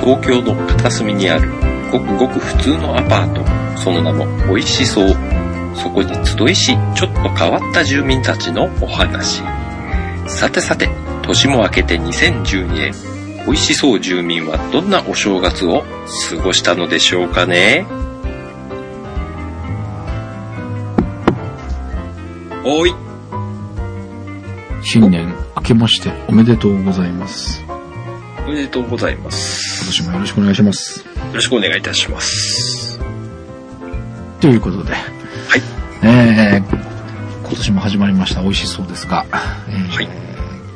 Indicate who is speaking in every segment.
Speaker 1: 東京の片隅にある、ごくごく普通のアパート、その名も美味しそう。そこに集いし、ちょっと変わった住民たちのお話。さてさて、年も明けて2012年、美味しそう住民はどんなお正月を過ごしたのでしょうかねおい、
Speaker 2: 新年明けましておめでとうございます。今
Speaker 1: おめでとうございます。
Speaker 2: 年もよろしくお願いします。
Speaker 1: よろしくお願いいたします。
Speaker 2: ということで、
Speaker 1: はい。
Speaker 2: えー、今年も始まりました。美味しそうですが、えー
Speaker 1: はい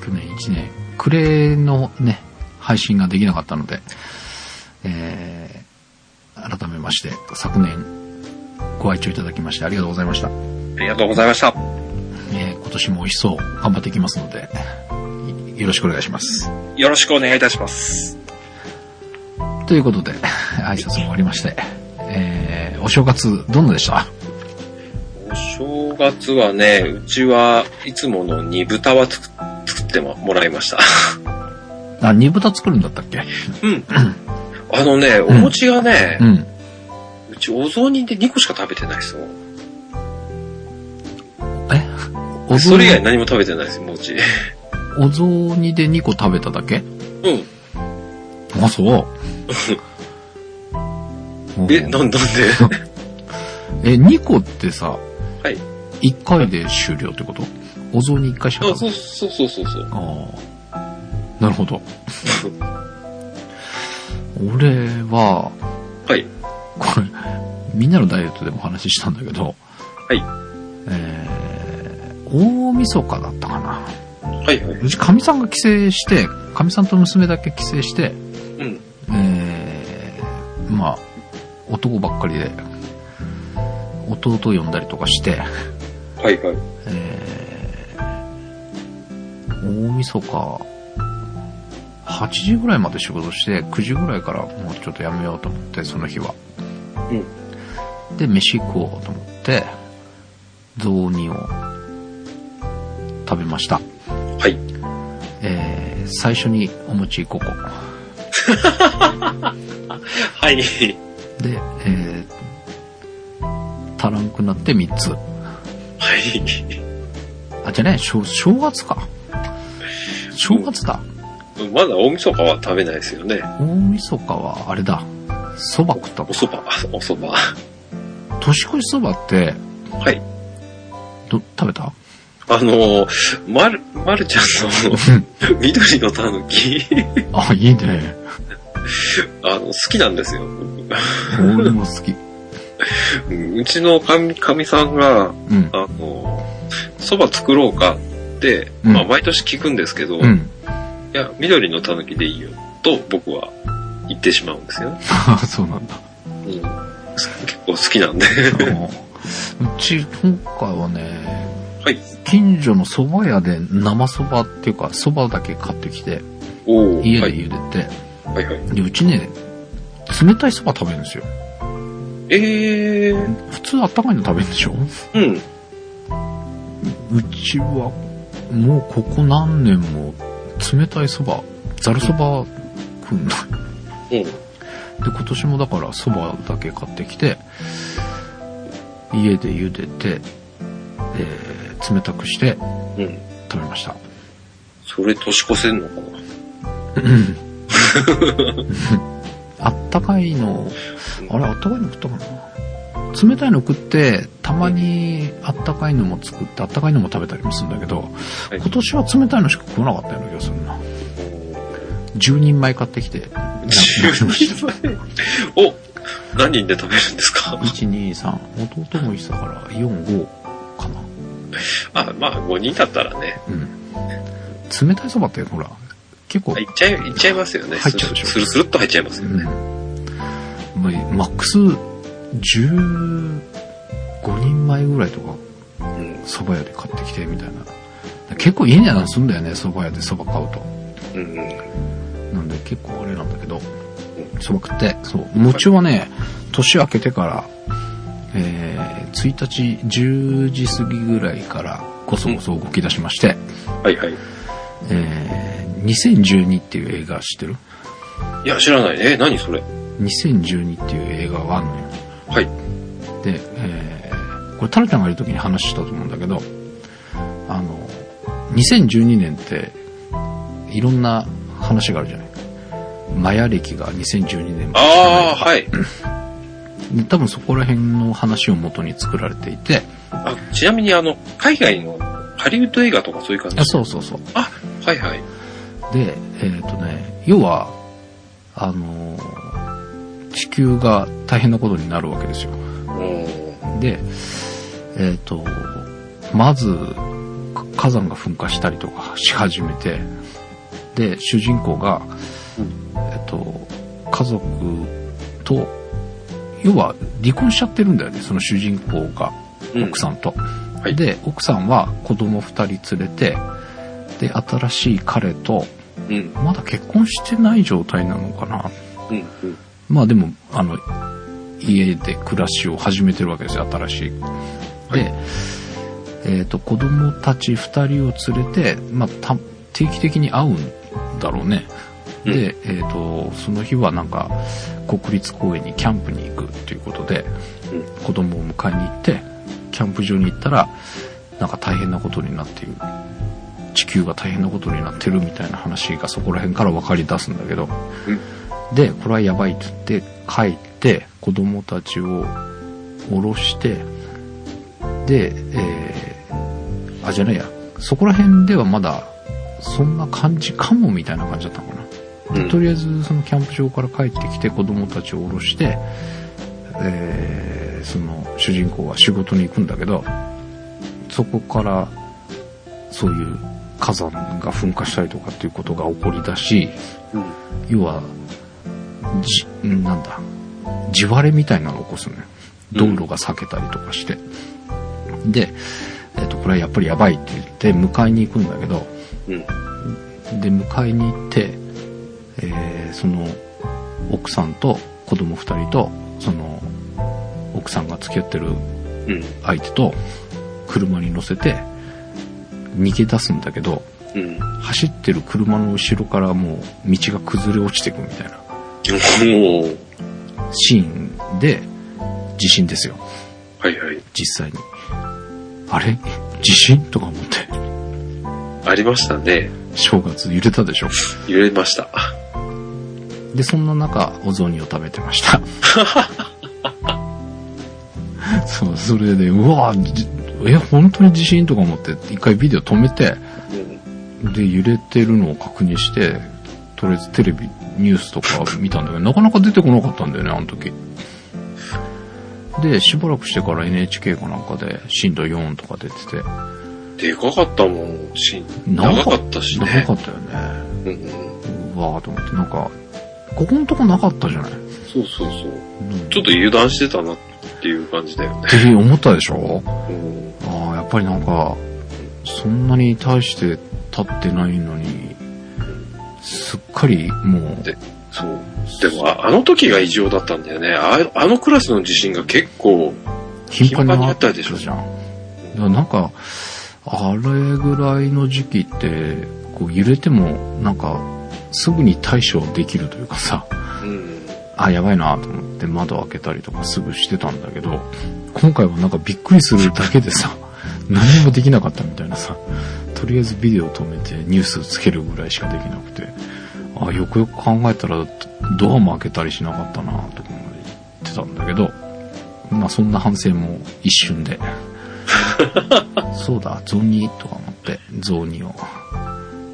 Speaker 2: 去年1年、暮れのね、配信ができなかったので、えー、改めまして、昨年、ご愛聴いただきましてありがとうございました。
Speaker 1: ありがとうございました。
Speaker 2: えー、今年も美味しそう、頑張っていきますので、いよろしくお願いします。
Speaker 1: よろしくお願いいたします。
Speaker 2: ということで、挨拶も終わりまして、えー、お正月、どんなでした
Speaker 1: お正月はね、うちはいつもの煮豚はつく作ってももらいました。
Speaker 2: あ、煮豚作るんだったっけ
Speaker 1: うん。あのね、お餅がね
Speaker 2: う、ん。
Speaker 1: うちお雑煮で2個しか食べてないですよ。
Speaker 2: お雑
Speaker 1: それ以外
Speaker 2: 煮、
Speaker 1: 何も食べてないです、餅。
Speaker 2: お雑煮で2個食べただけ
Speaker 1: うん。
Speaker 2: あ、そう。お
Speaker 1: え、なんなんで
Speaker 2: え、2個ってさ、
Speaker 1: はい。
Speaker 2: 1回で終了ってことお雑煮1回しか
Speaker 1: あ、
Speaker 2: 食
Speaker 1: そ
Speaker 2: べ
Speaker 1: うそうそうそうそう。
Speaker 2: ああーな るほど。俺は、
Speaker 1: はい。
Speaker 2: これ、みんなのダイエットでも話したんだけど、
Speaker 1: はい。
Speaker 2: えー、大晦日だったかな。
Speaker 1: はいはい。
Speaker 2: うち、かみさんが帰省して、かみさんと娘だけ帰省して、
Speaker 1: うん。
Speaker 2: えー、まあ、男ばっかりで、弟を呼んだりとかして、
Speaker 1: はいはい。
Speaker 2: えー、大晦日、8時ぐらいまで仕事して、9時ぐらいからもうちょっとやめようと思って、その日は。で、飯食おうと思って、雑煮を食べました。
Speaker 1: はい。
Speaker 2: えー、最初にお餅5個。
Speaker 1: はい。
Speaker 2: で、えー、足らんくなって3つ。
Speaker 1: はい。
Speaker 2: あ、じゃね、正正月か。正月だ。
Speaker 1: まだ大晦日は食べないですよね。
Speaker 2: 大晦日はあれだ。蕎麦食った
Speaker 1: お。蕎麦、お蕎麦。
Speaker 2: 年越し蕎麦って、
Speaker 1: はい。
Speaker 2: ど、食べた
Speaker 1: あのー、まる、まるちゃんの 緑のたぬき、
Speaker 2: あ、いいね。
Speaker 1: あの、好きなんですよ。
Speaker 2: 俺も好き。
Speaker 1: うんうちのかみ、かみさんが、
Speaker 2: うん。
Speaker 1: あのー、蕎麦作ろうかって、
Speaker 2: うん
Speaker 1: まあ、毎年聞くんですけど、
Speaker 2: う
Speaker 1: い
Speaker 2: ん。
Speaker 1: や、緑のたぬきでいいよ、と僕は言ってしまうんですよ。
Speaker 2: あそうなんだ。
Speaker 1: うん、す結構好きなんで。
Speaker 2: あのうち、今回はね、
Speaker 1: はい。
Speaker 2: 近所の蕎麦屋で生蕎麦っていうか、蕎麦だけ買ってきて、
Speaker 1: おー
Speaker 2: 家
Speaker 1: は
Speaker 2: で
Speaker 1: い、
Speaker 2: 茹でて、
Speaker 1: はいはい。
Speaker 2: で、うちね、冷たい蕎麦食べるんですよ。
Speaker 1: えー、
Speaker 2: 普通あったかいの食べるんでしょ
Speaker 1: うん。
Speaker 2: うちは、もうここ何年も、冷たいそば、ざるそば食うんだ。
Speaker 1: うん。
Speaker 2: で、今年もだからそばだけ買ってきて、家で茹でて、えー冷たくして
Speaker 1: うん。
Speaker 2: 食べました。
Speaker 1: それ年越せんのかな
Speaker 2: あったかいの、あれあったかいの食ったかな冷たいの食って、たまにあったかいのも作って、あったかいのも食べたりもするんだけど、
Speaker 1: い
Speaker 2: 今年は冷たいのしか食わなかったような気がするな。10人前買ってきて、
Speaker 1: 10人前お何人で食べるんですか
Speaker 2: 123弟もいてたから45かな
Speaker 1: あ、まあ5人だったらね、
Speaker 2: うん冷たいそばってほら結構、
Speaker 1: いっちゃい、いっちゃいますよね。
Speaker 2: 入っちゃうでしょ
Speaker 1: スルスルっと入っちゃいます
Speaker 2: う
Speaker 1: よね。
Speaker 2: んまあマックス15人前ぐらいとか
Speaker 1: うん。
Speaker 2: そば屋で買ってきてみたいな結構いい値段するんだよねそば屋でそば買うと
Speaker 1: うん。
Speaker 2: なんで結構あれなんだけど、そば食って、そう、餅はね、年明けてから、えー、1日10時過ぎぐらいから、こそこそ動き出しまして、
Speaker 1: はいはい。
Speaker 2: えー、2012っていう映画知ってる
Speaker 1: いや、知らない。え、何それ
Speaker 2: 2012っていう映画があるのよ。
Speaker 1: はい。
Speaker 2: で、えーこれ、タルタンがいる時に話したと思うんだけど、あの、2012年って、いろんな話があるじゃない。マヤ歴が2012年まで
Speaker 1: ああ、はい。
Speaker 2: で多分そこら辺の話を元に作られていて、
Speaker 1: あちなみに、あの、海外のハリウッド映画とかそういう感じ
Speaker 2: あそうそうそう。
Speaker 1: あ、はいはい。
Speaker 2: で、えっ、とね、要は、あのー地球が大変なことになるわけですよ。
Speaker 1: う
Speaker 2: で、えっ、と、まず、か火山が噴火したりとかし始めて、で、主人公が、
Speaker 1: うん
Speaker 2: えっ、と、家族と、要は離婚しちゃってるんだよね、その主人公が。
Speaker 1: ん。
Speaker 2: 奥さんと。
Speaker 1: い
Speaker 2: で、奥さんは子供2人連れて、で、新しい彼と、
Speaker 1: うん。うん。
Speaker 2: まだ結婚してない状態なのかな。
Speaker 1: うん。うん。
Speaker 2: まあでも、あの、家で暮らしを始めてるわけですよ、新しい。で、
Speaker 1: はい
Speaker 2: えっ、と、子供たち2人を連れて、まあ、た定期的に会うんだろうね。で、えっ、と、その日はなんか、国立公園にキャンプに行くということで、
Speaker 1: うん
Speaker 2: 子供を迎えに行って、キャンプ場に行ったら、なんか大変なことになっている。地球が大変なことになってるみたいな話がそこら辺から分かり出すんだけど、で、これはやばいって言って、書いて、子供たちを降ろして、で、えー、あ、じゃないや、そこら辺ではまだ、そんな感じかもみたいな感じだったのかな。
Speaker 1: うん
Speaker 2: とりあえず、そのキャンプ場から帰ってきて、子供たちを降ろして、えー、その、主人公は仕事に行くんだけど、そこから、そういう火山が噴火したりとかっていうことが起こりだし、
Speaker 1: うん
Speaker 2: 要は、じ、んなんだ、地割れみたいなのを起こすのよ。道路が裂けたりとかして。で、えっ、と、これはやっぱりやばいって言って、迎えに行くんだけど、
Speaker 1: うん。
Speaker 2: で、迎えに行って、えーその、奥さんと子供二人と、その、奥さんが付き合ってる
Speaker 1: うん。
Speaker 2: 相手と、車に乗せて、逃げ出すんだけど、
Speaker 1: うん。
Speaker 2: 走ってる車の後ろからもう道が崩れ落ちていくみたいな。
Speaker 1: おー
Speaker 2: シーンで地震ですよ
Speaker 1: はいはい。
Speaker 2: 実際にあれ地震とか思って
Speaker 1: ありましたね。
Speaker 2: 正月揺れたでしょ
Speaker 1: 揺れました。
Speaker 2: でそんな中お雑煮を食べてました そうそれでうわじえ本当に地震とか思って一回ビデオ止めて
Speaker 1: うん。
Speaker 2: で揺れてるのを確認してとりあえずテレビニュースとか見たんだけどなかなか出てこなかったんだよねあの時でしばらくしてから NHK かなんかで震度4とか出てて
Speaker 1: でかかったもん、シーン。
Speaker 2: 長
Speaker 1: 長
Speaker 2: か
Speaker 1: か
Speaker 2: っ
Speaker 1: ったし
Speaker 2: 長
Speaker 1: ね
Speaker 2: か。ったよね。
Speaker 1: うんうん。
Speaker 2: うわーと思って、なんか、ここのとこなかったじゃない、
Speaker 1: そうそうそう。
Speaker 2: うん、
Speaker 1: ちょっと油断してたなっていう感じだよね。
Speaker 2: って思ったでしょ
Speaker 1: うん。
Speaker 2: ああ、やっぱりなんか、そんなに対して立ってないのに、すっかりもう、
Speaker 1: でそう。でも、ああの時が異常だったんだよね。ああのクラスの地震が結構、
Speaker 2: 頻繁に
Speaker 1: 頻繁に
Speaker 2: あ
Speaker 1: あっ
Speaker 2: っ
Speaker 1: たた
Speaker 2: で
Speaker 1: で
Speaker 2: し
Speaker 1: し
Speaker 2: ょ
Speaker 1: ょ
Speaker 2: じゃん。だからなんか、あれぐらいの時期って、こう揺れても、なんか、すぐに対処できるというかさ、
Speaker 1: うん。
Speaker 2: あ、やばいなと思って窓開けたりとかすぐしてたんだけど、今回はなんかびっくりするだけでさ、何もできなかったみたいなさ、とりあえずビデオ止めてニュースつけるぐらいしかできなくて、あ、よくよく考えたらドアも開けたりしなかったなとか思ってたんだけど、まあそんな反省も一瞬で。そうだ、雑煮とか思って、雑煮を、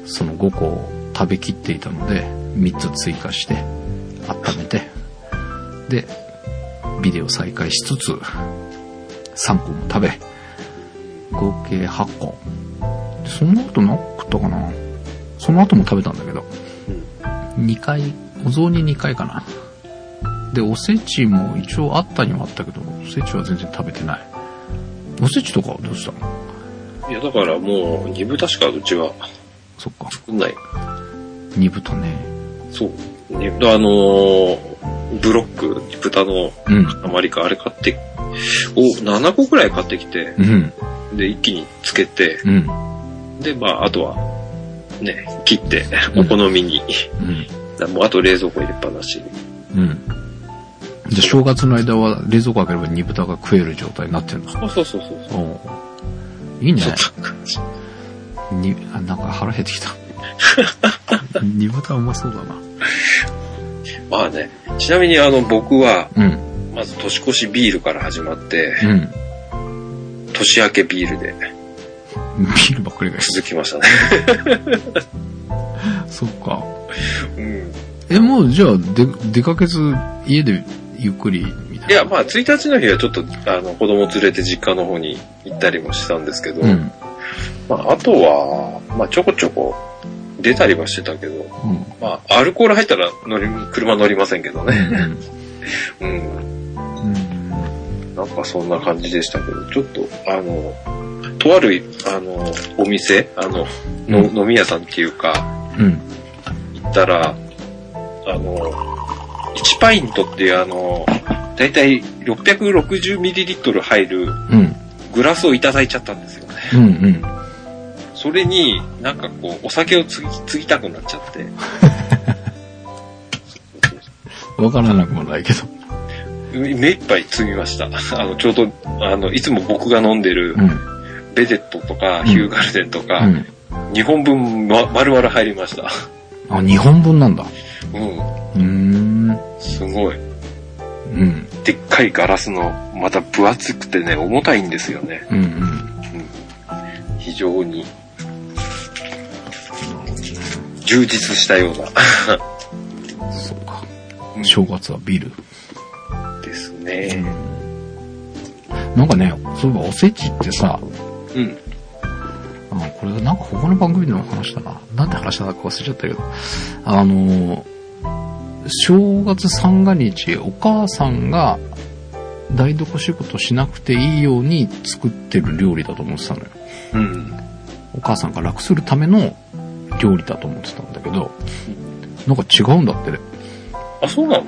Speaker 2: その5個を食べきっていたので、3つ追加して、温めて、で、ビデオ再開しつつ、3個も食べ、合計8個。でそんなことなくったかなその後も食べたんだけど、2回、お雑煮2回かな。で、おせちも一応あったにはあったけど、おせちは全然食べてない。おせちとかはどうしたの
Speaker 1: いや、だからもう、二部確かうちは
Speaker 2: そっか。
Speaker 1: 作んない。
Speaker 2: 煮豚ね。
Speaker 1: そう。二部あのーブロック、豚の
Speaker 2: うん。
Speaker 1: 塊か、あれ買って、を7個くらい買ってきて、
Speaker 2: うん。
Speaker 1: で、一気につけて、
Speaker 2: うん。
Speaker 1: で、まあ、あとは、ね、切って、
Speaker 2: うん
Speaker 1: お好みに、
Speaker 2: うん。
Speaker 1: だからもうあと冷蔵庫入れっぱなし。
Speaker 2: うん。じゃあ正月の間は冷蔵庫開ければ煮豚が食える状態になってるんだ。
Speaker 1: そうそうそうそうそう。
Speaker 2: おういい ね
Speaker 1: そ。んな感じ
Speaker 2: にあなんか腹減ってきた。 煮豚うまそうだな。
Speaker 1: まあね、ちなみにあの僕は、
Speaker 2: うん。
Speaker 1: まず年越しビールから始まって、
Speaker 2: うん。
Speaker 1: 年明けビールで
Speaker 2: ビールばっかりがいい。
Speaker 1: 続きましたね。
Speaker 2: そっか。
Speaker 1: うん。
Speaker 2: え、もうじゃあ、で、出かけず、家でゆっくり、みたいな。
Speaker 1: いや、まあ1日の日はちょっと、あの、子供連れて実家の方に行ったりもしたんですけど、
Speaker 2: うん。
Speaker 1: まああとは、まあちょこちょこ出たりはしてたけど、
Speaker 2: うん。
Speaker 1: まあアルコール入ったら乗り、車乗りませんけどね。うん。
Speaker 2: うん。
Speaker 1: なんかそんな感じでしたけど、ちょっと、あの、とある、あの、お店、あの、の飲み屋さんっていうか、
Speaker 2: うん。
Speaker 1: 行ったら、あの、1パイントっていうあの、だいたい 660ml 入る
Speaker 2: うん。
Speaker 1: グラスをいただいちゃったんですよね。
Speaker 2: うん。うん。
Speaker 1: それに、なんかこう、お酒をつぎ、つぎたくなっちゃって。
Speaker 2: わからなくもないけど。
Speaker 1: 目いっぱいつぎました。 あの、ちょうど、あの、いつも僕が飲んでる
Speaker 2: うん。
Speaker 1: ベゼットとか、ヒューガルデンとか、
Speaker 2: うん。
Speaker 1: 2本分ま、丸々入りました。
Speaker 2: あ、日本分なんだ。
Speaker 1: う
Speaker 2: うーん。
Speaker 1: ん、すごい。
Speaker 2: うん。
Speaker 1: でっかいガラスの、また分厚くてね、重たいんですよね。
Speaker 2: うん。うん。
Speaker 1: 非常に。充実したような。
Speaker 2: そうか。
Speaker 1: うん
Speaker 2: 正月はビール。
Speaker 1: ですね。
Speaker 2: なんかね、そういえばおせちってさ、
Speaker 1: うん。
Speaker 2: あこれなんか他の番組でも話したな。なんて話したのか忘れちゃったけど、あのー正月三が日、お母さんが台所仕事しなくていいように作ってる料理だと思ってたのよ。
Speaker 1: うん。
Speaker 2: お母さんが楽するための料理だと思ってたんだけど、なんか違うんだってね。
Speaker 1: あ、そうなの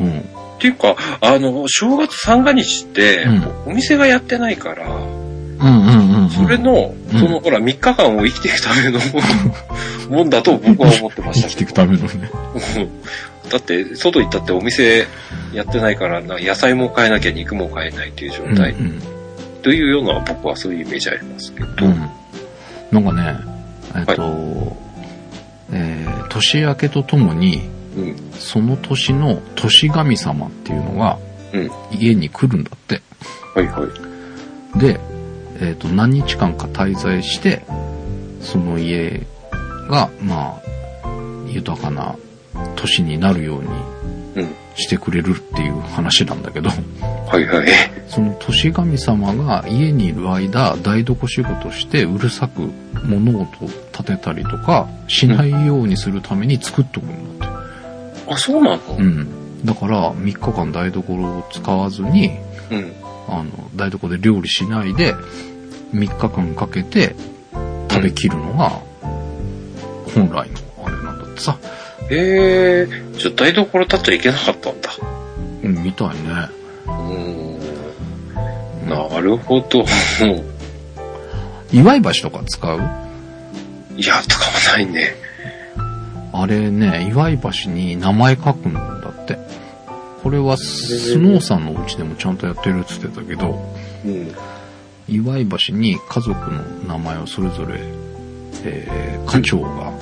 Speaker 2: うん。
Speaker 1: っていうか、あの、正月三が日って、
Speaker 2: うん
Speaker 1: お店がやってないから、
Speaker 2: うんうんうん、うん。
Speaker 1: それの、
Speaker 2: うん
Speaker 1: その、ほら、3日間を生きていくた めのもんだと僕は思ってまし
Speaker 2: 生
Speaker 1: た
Speaker 2: き
Speaker 1: け
Speaker 2: て
Speaker 1: ど
Speaker 2: いくためのね。
Speaker 1: うんだって、外行ったってお店やってないから、な野菜も買えなきゃ肉も買えないという状態。
Speaker 2: うんうん
Speaker 1: というような僕はそういうイメージありますけど。
Speaker 2: うん。なんかね、えっ、と、えー年明けとともに、
Speaker 1: うん。
Speaker 2: その年の年神様っていうのが
Speaker 1: うん、
Speaker 2: 家に来るんだって。
Speaker 1: はいはい。
Speaker 2: で、えっ、と、何日間か滞在して、その家が、まあ、豊かな年になるように
Speaker 1: うん。
Speaker 2: してくれるっていう話なんだけど、
Speaker 1: はいはい。
Speaker 2: その年神様が家にいる間、台所仕事してうるさく物音を立てたりとかしないようにするために作っとくんだって。
Speaker 1: あ、そうなの
Speaker 2: うん。だから3日間台所を使わずに、
Speaker 1: うん。
Speaker 2: あの、台所で料理しないで3日間かけて食べきるのが本来のあれなんだってさ。
Speaker 1: えー、じゃあ台所立っちゃいけなかったんだ。
Speaker 2: うん、みたいね。
Speaker 1: うーん。なるほど。
Speaker 2: 祝い箸とか使う
Speaker 1: いや、使わないね。
Speaker 2: あれね、祝い橋に名前書くんだって。これはスノーさんのお家でもちゃんとやってるって言ってたけど、
Speaker 1: うん。
Speaker 2: 祝い橋に家族の名前をそれぞれ、えー、家長が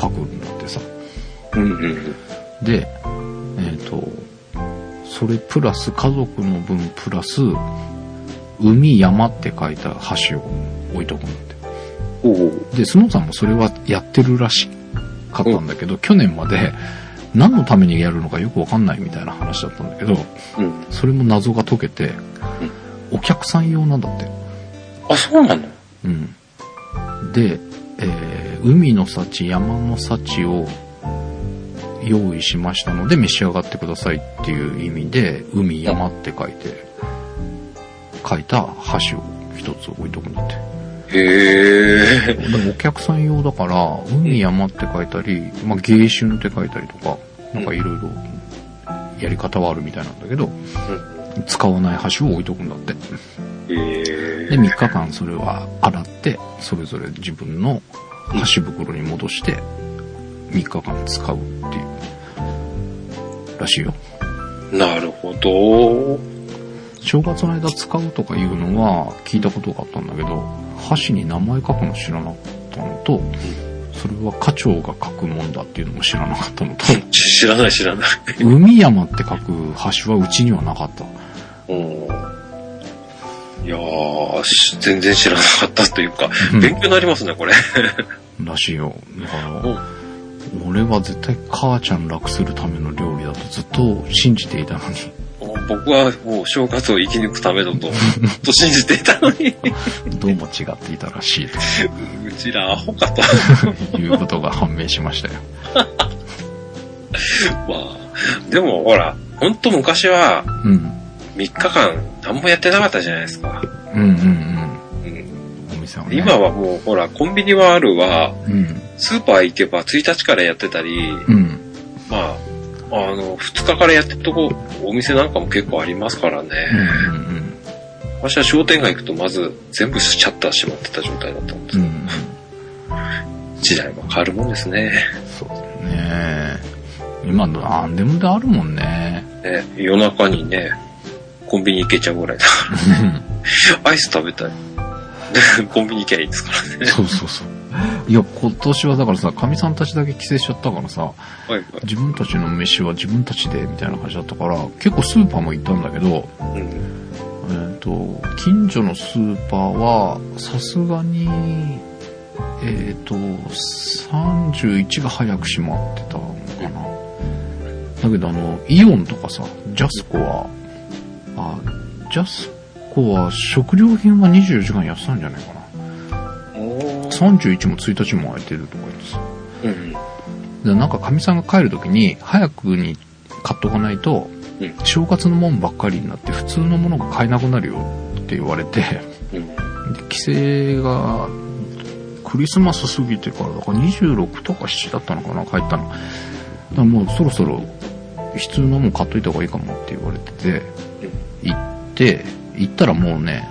Speaker 2: 書くんだってさ。
Speaker 1: うんうん。
Speaker 2: で、えっ、と、それプラス家族の分プラス、海山って書いた橋を置いとくんだって。
Speaker 1: おお。
Speaker 2: で、スノーさんもそれはやってるらしかったんだけど、去年まで何のためにやるのかよくわかんないみたいな話だったんだけど、
Speaker 1: うん。
Speaker 2: それも謎が解けて、お客さん用なんだって。
Speaker 1: あ、そうなの
Speaker 2: うん。で、えー海の幸、山の幸を用意しましたので召し上がってくださいっていう意味で、海、山って書いて、書いた箸を一つ置いとくんだって。
Speaker 1: へえ。
Speaker 2: でもお客さん用だから、海山って書いたり、まあ、芸春って書いたりとか、なんかいろいろやり方はあるみたいなんだけど、使わない箸を置いとくんだって。
Speaker 1: へ
Speaker 2: で、3日間それは洗って、それぞれ自分の箸袋に戻して、 3日間使うっていう、らしいよ。
Speaker 1: なるほど。
Speaker 2: 正月の間使うとかいうのは聞いたことがあったんだけど、箸に名前書くの知らなかったのと、それは課長が書くもんだっていうのも知らなかったのと、
Speaker 1: 知らない知らない。
Speaker 2: 海山って書く箸はうちにはなか った。
Speaker 1: うん。いやー、し全然知らなかったというか、勉強になりますね、これ。
Speaker 2: らしいよ。だから
Speaker 1: うん、
Speaker 2: 俺は絶対母ちゃん楽するための料理だとずっと信じていたのに、
Speaker 1: 僕はもう正月を生き抜くためだ と、ずっと信じていたのに、
Speaker 2: どうも違っていたらしいと
Speaker 1: うちらアホかと。
Speaker 2: いうことが判明しましたよ。
Speaker 1: まあ、でもほら、ほんと昔は
Speaker 2: うん。
Speaker 1: 3日間何もやってなかったじゃないですか。
Speaker 2: うんうんうん。
Speaker 1: うん、
Speaker 2: お店はね。
Speaker 1: 今はもうほら、コンビニはあるわ、
Speaker 2: うん。
Speaker 1: スーパー行けば1日からやってたり、
Speaker 2: うん。
Speaker 1: まあ、あの、2日からやってるとこ、お店なんかも結構ありますからね。
Speaker 2: うんうんうん。
Speaker 1: 私は商店街行くとまず全部シャッター閉まってた状態だったんで
Speaker 2: う
Speaker 1: す、
Speaker 2: んうん。
Speaker 1: 時代は変わるもんですね。
Speaker 2: そうだね。今、なんでもであるもんね。
Speaker 1: ね夜中にね、コンビニ行けちゃうぐらいだ。 アイス食べたい。 でコンビニ行けばいいですからね。
Speaker 2: そうそうそう。いや、今年はだからさ、神さんたちだけ帰省しちゃったからさ、
Speaker 1: はいは
Speaker 2: 自分たちの飯は自分たちで、みたいな感じだったから、結構スーパーも行ったんだけど、
Speaker 1: い。うん。
Speaker 2: えっ、と、近所のスーパーは、さすがに、えっ、と、31が早く閉まってたのかな。だけど、あの、イオンとかさ、ジャスコは、あ、ジャスコは食料品は24時間やってたんじゃないかな。
Speaker 1: おー
Speaker 2: 31も1日も空いてるとか言ってさ。
Speaker 1: うん。
Speaker 2: で、なんかかみさんが帰る時に、早くに買っとかないと、
Speaker 1: うん
Speaker 2: 正月のもんばっかりになって普通のものが買えなくなるよって言われて、で
Speaker 1: うん。
Speaker 2: 帰省がクリスマス過ぎてから、だから26とか7だったのかな、帰ったの。だからもうそろそろ普通のもん買っといた方がいいかもって言われてて、行って、行ったらもうね、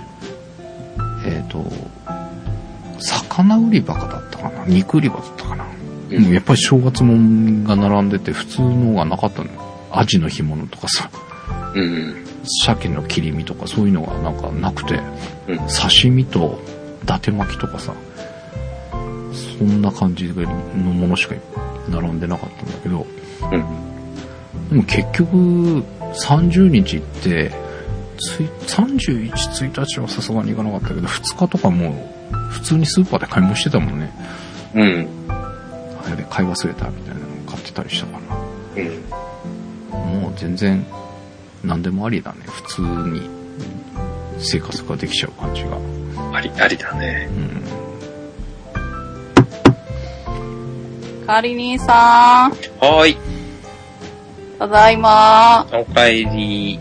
Speaker 2: えっ、と、魚売り場かだったかな肉売り場だったかな
Speaker 1: う
Speaker 2: もうんやっぱり正月もんが並んでて普通のがなかったのよ。アジの干物とかさ、
Speaker 1: うん。
Speaker 2: 鮭の切り身とかそういうのがなんかなくて、
Speaker 1: うん
Speaker 2: 刺身と伊達巻きとかさ、そんな感じのものしか並んでなかったんだけど、
Speaker 1: うん。
Speaker 2: でも結局30日行って、つい31、1日はさすがに行かなかったけど、2日とかもう普通にスーパーで買い物してたもんね。
Speaker 1: うん。
Speaker 2: あれで買い忘れたみたいなのを買ってたりしたかな。
Speaker 1: うん。
Speaker 2: もう全然何でもありだね普通に生活ができちゃう感じがう
Speaker 1: あり、ありだね。
Speaker 2: ん
Speaker 3: カリニーさん、
Speaker 1: はーい。
Speaker 3: ただいま
Speaker 1: お帰り。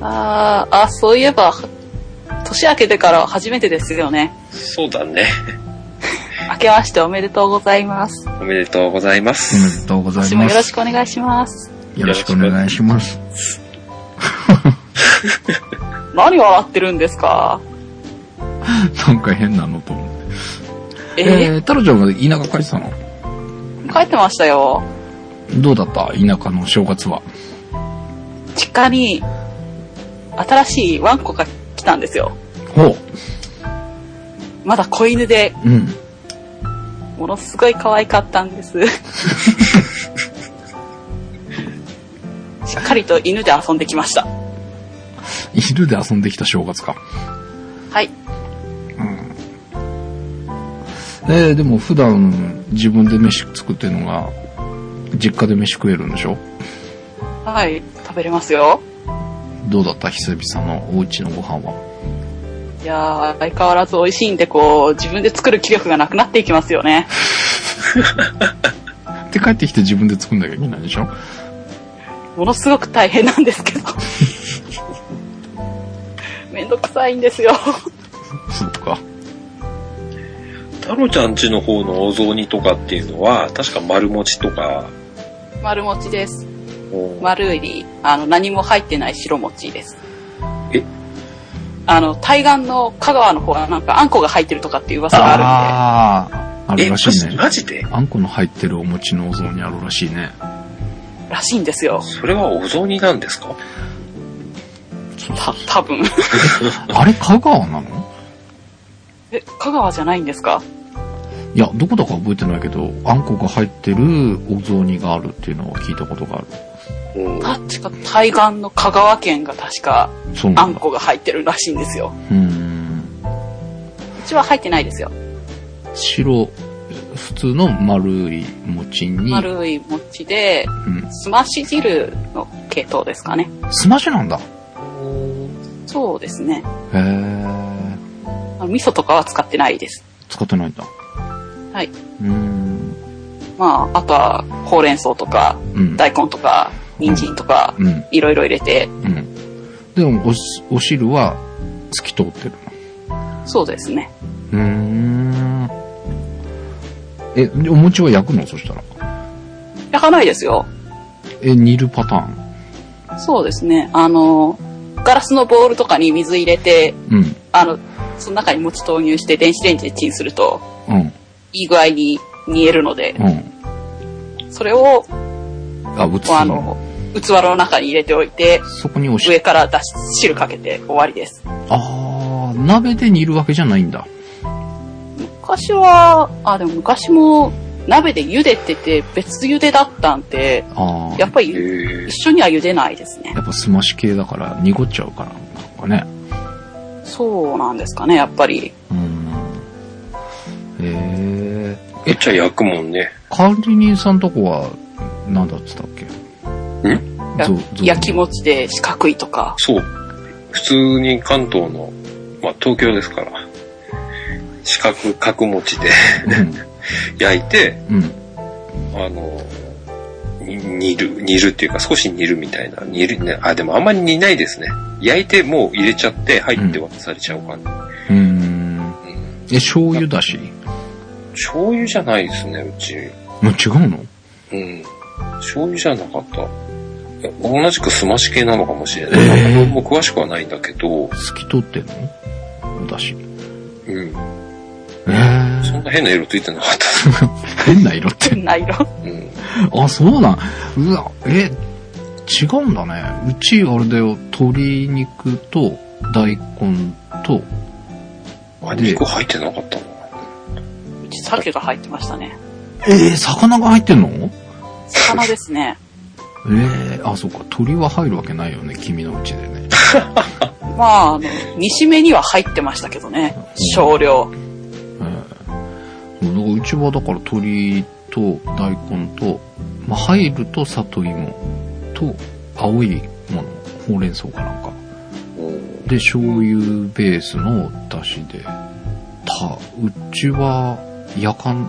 Speaker 3: あーあ、そういえば、年明けてから初めてですよね。
Speaker 1: そうだね。
Speaker 3: 明けましておめでとうございます。
Speaker 1: おめでとうございま
Speaker 2: おめ
Speaker 1: す。
Speaker 2: でとうござ
Speaker 3: 私
Speaker 2: い
Speaker 3: も
Speaker 2: ま
Speaker 3: よろし
Speaker 2: す
Speaker 3: くお願いします。
Speaker 2: よろしくお願いします
Speaker 3: 何笑ってるんですか
Speaker 2: なんか変なのと思って
Speaker 3: え
Speaker 2: えー、太郎ちゃんが田舎帰ってたの
Speaker 3: ー帰ってましたよ。
Speaker 2: どうだった田舎の正月は
Speaker 3: 実家に、新しいワンコが来たんですよ。
Speaker 2: ほ
Speaker 3: まだ子犬で、
Speaker 2: ううん
Speaker 3: ものすごい可愛かったんです。しっかりと犬で遊んできました。
Speaker 2: 犬で遊んできた正月か
Speaker 3: はい。
Speaker 2: えー、でも普段自分で飯作ってるのが実家で飯食えるんでしょ
Speaker 3: はい。食べれますよ。
Speaker 2: どうだった久々のお家のご飯はい
Speaker 3: やー、相変わらず美味しいんで、こう、自分で作る気力がなくなっていきますよね。
Speaker 2: で帰ってきて自分で作んなきゃいけないでしょ
Speaker 3: ものすごく大変なんですけど。 めんどくさいんですよ。
Speaker 2: そうか
Speaker 1: 太郎ちゃん家の方のお雑煮とかっていうのは、確か丸餅とか、
Speaker 3: 丸餅です。
Speaker 1: お
Speaker 3: 丸いり、あの、何も入ってない白餅です。
Speaker 1: え
Speaker 3: あの、対岸の香川の方はなんかあんこが入ってるとかっていう噂があるんで、
Speaker 2: あある
Speaker 1: え、
Speaker 2: らしいね。
Speaker 1: マジで
Speaker 2: あんこの入ってるお餅のお雑煮あるらしいね。
Speaker 3: らしいんですよ。
Speaker 1: それはお雑煮なんですか
Speaker 2: そう
Speaker 3: た、多分
Speaker 2: あれ香川なの
Speaker 3: え、香川じゃないんですか
Speaker 2: いや、どこだか覚えてないけど、あんこが入ってるお雑煮があるっていうのは聞いたことがある。
Speaker 1: うん
Speaker 3: 確か、対岸の香川県が確か、
Speaker 2: そう
Speaker 3: あ
Speaker 2: なん
Speaker 3: ん
Speaker 2: だ。
Speaker 3: こが入ってるらしいんですよ。
Speaker 2: うーん。
Speaker 3: うちは入ってないですよ。
Speaker 2: 白、普通の丸い餅に、
Speaker 3: 丸い餅で、
Speaker 2: うん。
Speaker 3: すまし汁の系統ですかね。
Speaker 2: すましなんだ。へ
Speaker 3: そうですね。
Speaker 2: え。
Speaker 3: あ味噌とかは使ってないです。
Speaker 2: 使ってないんだ。
Speaker 3: はい。
Speaker 2: うーん。
Speaker 3: まあ、あとは、ほうれん草とか、
Speaker 2: うん。
Speaker 3: 大根とか、人参とか、
Speaker 2: うん。
Speaker 3: いろいろ入れて、
Speaker 2: うん。でもおし、お汁は透き通ってる
Speaker 3: そうですね。
Speaker 2: の。うーん。え、でお餅は焼くのそしたら。
Speaker 3: 焼かないですよ。
Speaker 2: え、煮るパターン。
Speaker 3: そうですね。あの、ガラスのボウルとかに水入れて、
Speaker 2: うん。
Speaker 3: あの、その中に餅投入して電子レンジでチンすると、
Speaker 2: うん。
Speaker 3: いい具合に煮えるので、
Speaker 2: うん。
Speaker 3: それを、
Speaker 2: あ、うつ
Speaker 3: あの、器の中に入れておいて、
Speaker 2: そこにお
Speaker 3: 上
Speaker 2: 汁。
Speaker 3: からだし汁かけて終わりです。
Speaker 2: あー、鍋で煮るわけじゃないんだ。
Speaker 3: 昔は、あ、でも昔も鍋で茹でてて別茹でだったんで、
Speaker 2: あー。
Speaker 3: やっぱり
Speaker 1: へ
Speaker 3: ゆ
Speaker 1: ー
Speaker 3: 一緒には茹でないですね
Speaker 2: や。っぱすまし系だから濁っちゃうから、なんかね。
Speaker 3: そうなんですかね、やっぱり。
Speaker 2: うん。えー。
Speaker 1: めっちゃ焼くもんね。
Speaker 2: 管理人さんとこは、なんだっつったっけ
Speaker 1: ん
Speaker 3: や
Speaker 2: ぞぞ
Speaker 3: 焼き餅で四角いとか。
Speaker 1: そう。普通に関東の、まあ東京ですから、四角角餅で 焼いて、
Speaker 2: うん。うん。
Speaker 1: あの、に煮る、煮るっていうか少し煮るみたいな。煮るね。あ、でもあんまり煮ないですね。焼いてもう入れちゃって入って渡されちゃう感じ。
Speaker 2: うーん。え、醤油だし。
Speaker 1: 醤油じゃないですね、うち。
Speaker 2: もう違うの
Speaker 1: うん。醤油じゃなかった。いや同じくすまし系なのかもしれない。
Speaker 2: えー
Speaker 1: もう詳しくはないんだけど、
Speaker 2: 透き通ってんのおだし。
Speaker 1: うん。
Speaker 2: え
Speaker 1: そ
Speaker 2: ー、
Speaker 1: んな変な色ついてなかっ
Speaker 2: 変な色って。
Speaker 3: 変な色。
Speaker 1: た。うん。
Speaker 2: あ、そうなん。うわ、え、違うんだね。うち、あれだよ、鶏肉と大根と、
Speaker 1: あ、
Speaker 2: で
Speaker 1: 肉入ってなかったな。
Speaker 3: うち鮭が入ってましたね。
Speaker 2: えー、魚が入ってんの
Speaker 3: 魚ですね。
Speaker 2: えー、あ、そうか、鶏は入るわけないよね、君のうちで ね。
Speaker 3: まあ、あの、煮しめには入ってましたけどね。少量。
Speaker 2: うん、うちはだから鶏と大根と、まあ、入ると里芋と青いものほうれん草かなんか
Speaker 1: うん。
Speaker 2: で醤油ベースの出汁でたうちは焼かん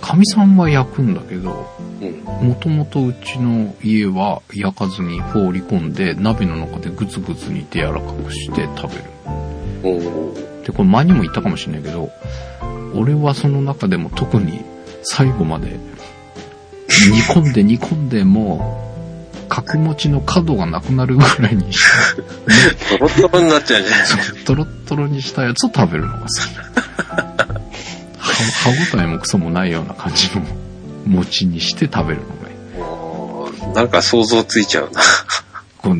Speaker 2: かみさんは焼くんだけど
Speaker 1: うん。
Speaker 2: もともとうちの家は焼かずに放り込んで鍋の中でグツグツ煮て柔らかくして食べる
Speaker 1: うん。
Speaker 2: で、これ前にも言ったかもしれないけど、俺はその中でも特に最後まで、煮込んで煮込んでもう、角持ちの角がなくなるぐらいにし
Speaker 1: トロトロになっちゃうじゃないですか。
Speaker 2: た、トロットロにしたやつを食べるのが好き。は歯応えもクソもないような感じの餅にして食べるのがいい。
Speaker 1: なんか想像ついちゃうな。
Speaker 2: こう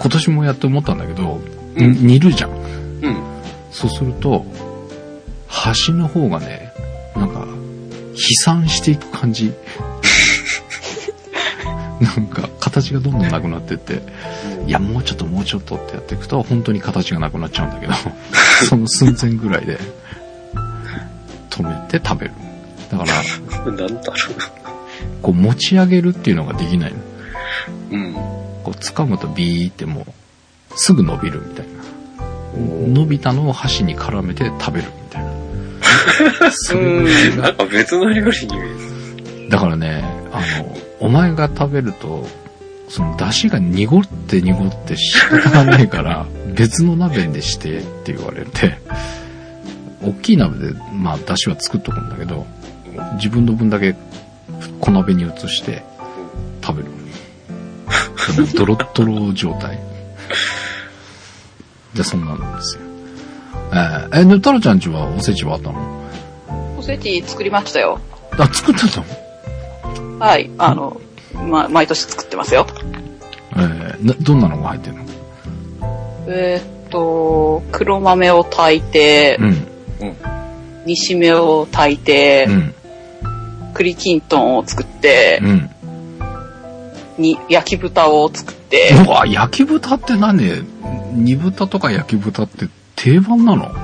Speaker 2: 今年もやって思ったんだけど、
Speaker 1: うん
Speaker 2: に煮るじゃん。
Speaker 1: うん。
Speaker 2: そうすると、端の方がね、なんか、飛散していく 感じ。なんか、形がどんどんなくなってって、いや、もうちょっともうちょっとってやっていくと、本当に形がなくなっちゃうん だけど、その寸前ぐらいで、止めて食べる。だから、
Speaker 1: なんだろ
Speaker 2: こう持ち上げるっていうのができないの。
Speaker 1: う。うん。
Speaker 2: こう掴むとビーってもう、すぐ伸びるみたいな。伸びたのを箸に絡めて食べるみたいな。それぐらい
Speaker 1: な
Speaker 2: が
Speaker 1: んか別の料理に見える。
Speaker 2: だからね、あの、お前が食べると、その出汁が濁って濁って仕方がない から、別の鍋でしてって言われて、大きい鍋で、まあ、出汁は作っとくんだけど、自分の分だけ小鍋に移して食べる。でもドロッドロ状態。で、そんなんですよ。えーえ、ね、太郎ちゃんちはおせちはあったの
Speaker 3: おスエティ作りましたよ。
Speaker 2: あ、作ったの
Speaker 3: はい。あの、ま、毎年作ってますよ。
Speaker 2: えーな、どんなのが入ってるの
Speaker 3: えーっと、黒豆を炊いて、
Speaker 2: うん。
Speaker 3: 煮しめを炊いて
Speaker 2: う、ん。
Speaker 3: 栗きんとんを作って、
Speaker 2: うん。
Speaker 3: に焼き豚を作って、
Speaker 2: うわ、焼き豚って何煮豚とか焼き豚って定番なの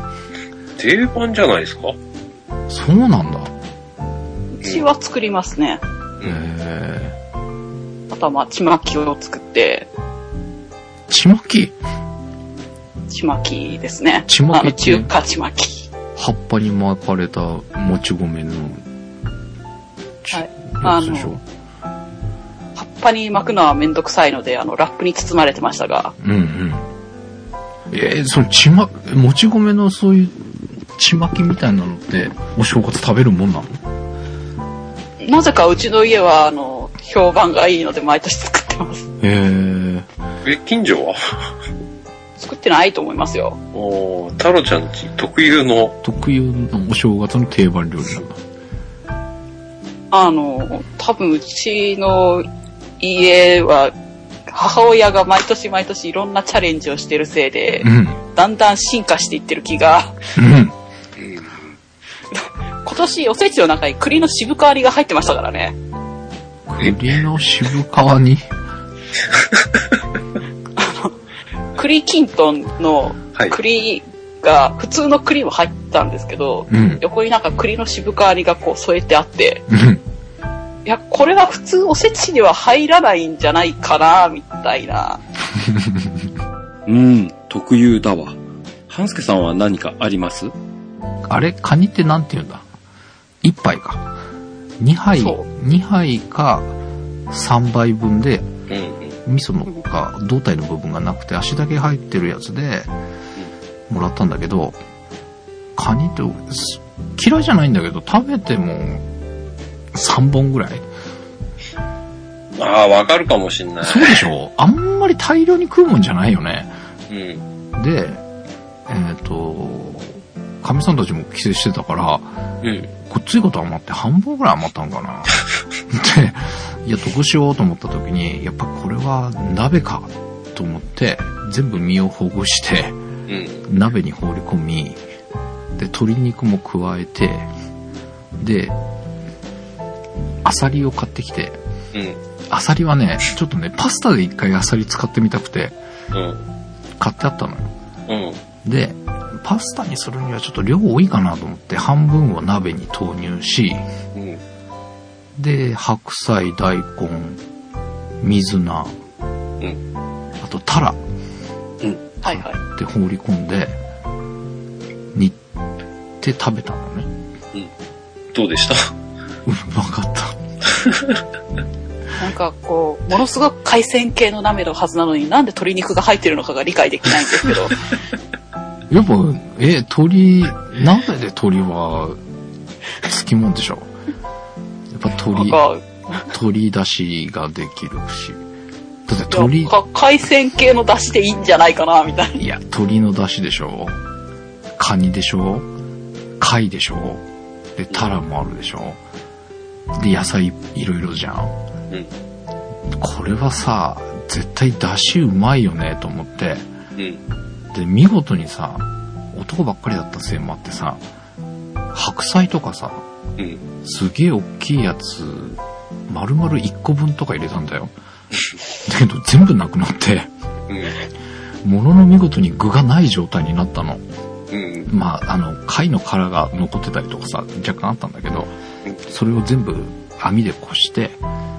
Speaker 1: 定番じゃないですか
Speaker 2: そうなんだ。
Speaker 3: うちは作りますね。
Speaker 2: え
Speaker 3: あとは、まあ、ちまきを作って、
Speaker 2: ー、ちまき
Speaker 3: ちまきですね。
Speaker 2: ちまき
Speaker 3: あの中華ちまき。
Speaker 2: 葉っぱに巻かれたもち米の、ち
Speaker 3: はい
Speaker 2: やつでしょ
Speaker 3: 葉っぱに巻くのはめんどくさいので、あの、ラップに包まれてましたが、
Speaker 2: うんうん。えー、そのちま、もち米のそういう、ちまきみたいなのって、お正月食べるもんなの
Speaker 3: なぜかうちの家は、あの、評判がいいので毎年作ってます。
Speaker 2: えー、
Speaker 1: え、近所 は
Speaker 3: 作ってないと思いますよ。
Speaker 1: おー、太郎ちゃんち特有の、
Speaker 2: 特有のお正月の定番料理なんだ。
Speaker 3: あの、多分うちの家は、母親が毎年毎年いろんなチャレンジをしてるせいで
Speaker 2: う、ん。
Speaker 3: だんだん進化していってる気が、
Speaker 2: うん。
Speaker 3: 今年おせちの中に栗の渋皮煮が入ってましたからね。
Speaker 2: 栗の渋皮に、
Speaker 3: 栗きんとんの
Speaker 1: はい。
Speaker 3: 栗が、普通の栗も入ったんですけど、
Speaker 2: うん。
Speaker 3: 横になんか栗の渋皮煮がこう添えてあって、
Speaker 2: うん。
Speaker 3: いや、これは普通おせちには入らないんじゃないかな、みたいな。
Speaker 4: うん、特有だわ。半助さんは何かあります
Speaker 2: あれ、カニってなんて言うんだ一杯か。二杯、
Speaker 3: そう
Speaker 2: 二杯か三杯分で、
Speaker 1: うんうん。
Speaker 2: 味噌のか胴体の部分がなくて足だけ入ってるやつでもらったんだけど、カニってす嫌いじゃないんだけど、食べても3本ぐらい。
Speaker 1: あー、わかるかもしんない。
Speaker 2: そうでしょあんまり大量に食うもんじゃないよね。
Speaker 1: うん。
Speaker 2: で、えっ、と、かみさんたちも帰省してたから、
Speaker 1: うん。
Speaker 2: こっついこと余って半分ぐらい余ったんか な。で、いや、どうしようと思った時に、やっぱこれは鍋かと思って、全部身をほぐして、
Speaker 1: うん。
Speaker 2: 鍋に放り込み、で、鶏肉も加えて、で、アサリを買ってきて、
Speaker 1: うん。
Speaker 2: アサリはね、ちょっとね、パスタで一回アサリ使ってみたくて、
Speaker 1: うん。
Speaker 2: 買ってあったのよ。
Speaker 1: うん。
Speaker 2: で、パスタにするにはちょっと量多いかなと思って、半分を鍋に投入し、
Speaker 1: うん。
Speaker 2: で、白菜、大根、水菜、
Speaker 1: ん
Speaker 2: あとタラ
Speaker 3: はいはい。
Speaker 2: って放り込んで、煮て食べたのね。
Speaker 1: どうでした
Speaker 2: うまかった。
Speaker 3: なんかこう、ものすごく海鮮系の鍋のはずなのになんで鶏肉が入ってるのかが理解できないんですけど、
Speaker 2: やっぱ、え、鳥、鍋で鳥は、好きもんでしょ。やっぱ
Speaker 3: な ん
Speaker 2: 鳥、
Speaker 3: か、
Speaker 2: 鳥だしができるし。だって
Speaker 3: い
Speaker 2: 鳥
Speaker 3: や、か海鮮系の出汁でいいんじゃないかな、みたい
Speaker 2: いや、鳥の出汁でしょカニでしょ貝でしょで、タラもあるでしょで、野菜いろいろじゃん。
Speaker 1: うん
Speaker 2: これはさ、絶対出汁うまいよねと思って。
Speaker 1: うん。
Speaker 2: で、見事にさ、男ばっかりだったせいもあってさ、白菜とかさ、
Speaker 1: うん。
Speaker 2: すげえ大きいやつ、丸々1個分とか入れたん だよ。だけど全部なくなって、ものの見事に具がない状態になったの。
Speaker 1: うん。うん。
Speaker 2: まあ、あの、貝の殻が残ってたりとかさ、若干あったんだけど、それを全部網でこして、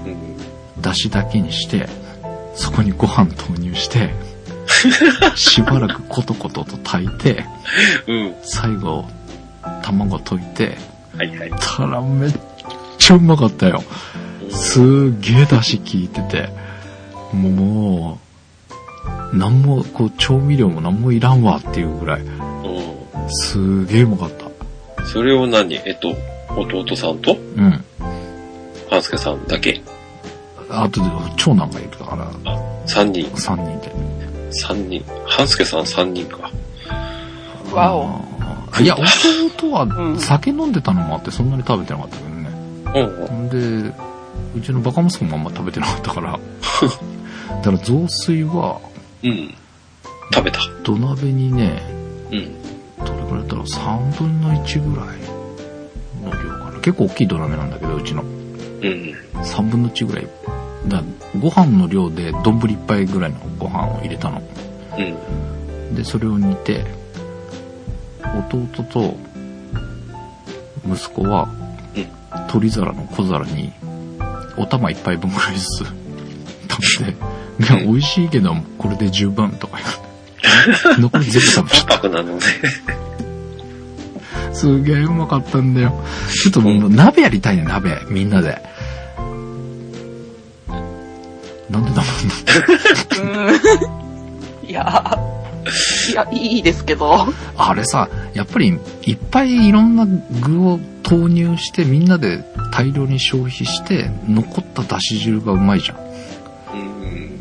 Speaker 1: うん。
Speaker 2: 出汁だけにして、そこにご飯投入して、しばらくコトコトと炊いて、
Speaker 1: うん。
Speaker 2: 最後、卵溶いて、
Speaker 1: はいはい。
Speaker 2: たらめっちゃうまかったよ。すーげえ出汁効いてて、もう、なんも、こう、調味料もなんもいらんわっていうぐらい、
Speaker 1: う
Speaker 2: すーげえうまかった。
Speaker 1: ん。それを何えっと、弟さんと
Speaker 2: うん。
Speaker 1: 半助さんだけ
Speaker 2: あとで、長男がいるから、
Speaker 1: 三人。
Speaker 2: 3人で。
Speaker 1: 三人。半助さん三人か。
Speaker 3: な。わお。
Speaker 2: ああいや、弟は酒飲んでたのもあってそんなに食べてなかったけどね。
Speaker 1: うん。
Speaker 2: で、うちのバカ息子もあんま食べてなかった から、だから雑炊は
Speaker 1: うん。食べた。
Speaker 2: 土鍋にね、
Speaker 1: うん。
Speaker 2: どれくらいだったろう、3分の1ぐらいの量かな。結構大きい土鍋なんだけど、うちの。
Speaker 1: うん。
Speaker 2: 3分の1ぐらい。だご飯の量で丼いっぱいぐらいのご飯を入れたの。
Speaker 1: うん。
Speaker 2: で、それを煮て、弟と息子は
Speaker 1: うん、
Speaker 2: 取り皿の小皿に、お玉一杯分ぐらいずつ食べて、いや、美味しいけど、これで十分とか言って残り全部食べちゃっ
Speaker 1: 淡白なのね。
Speaker 2: た。すげえうまかったんだよ。ちょっともう鍋やりたいね、鍋。みんなで。なんでだろうな。
Speaker 3: うん。いや、いや、いいですけど。
Speaker 2: あれさ、やっぱりいっぱいいろんな具を投入してみんなで大量に消費して残っただし汁がうまいじゃん。
Speaker 1: うん。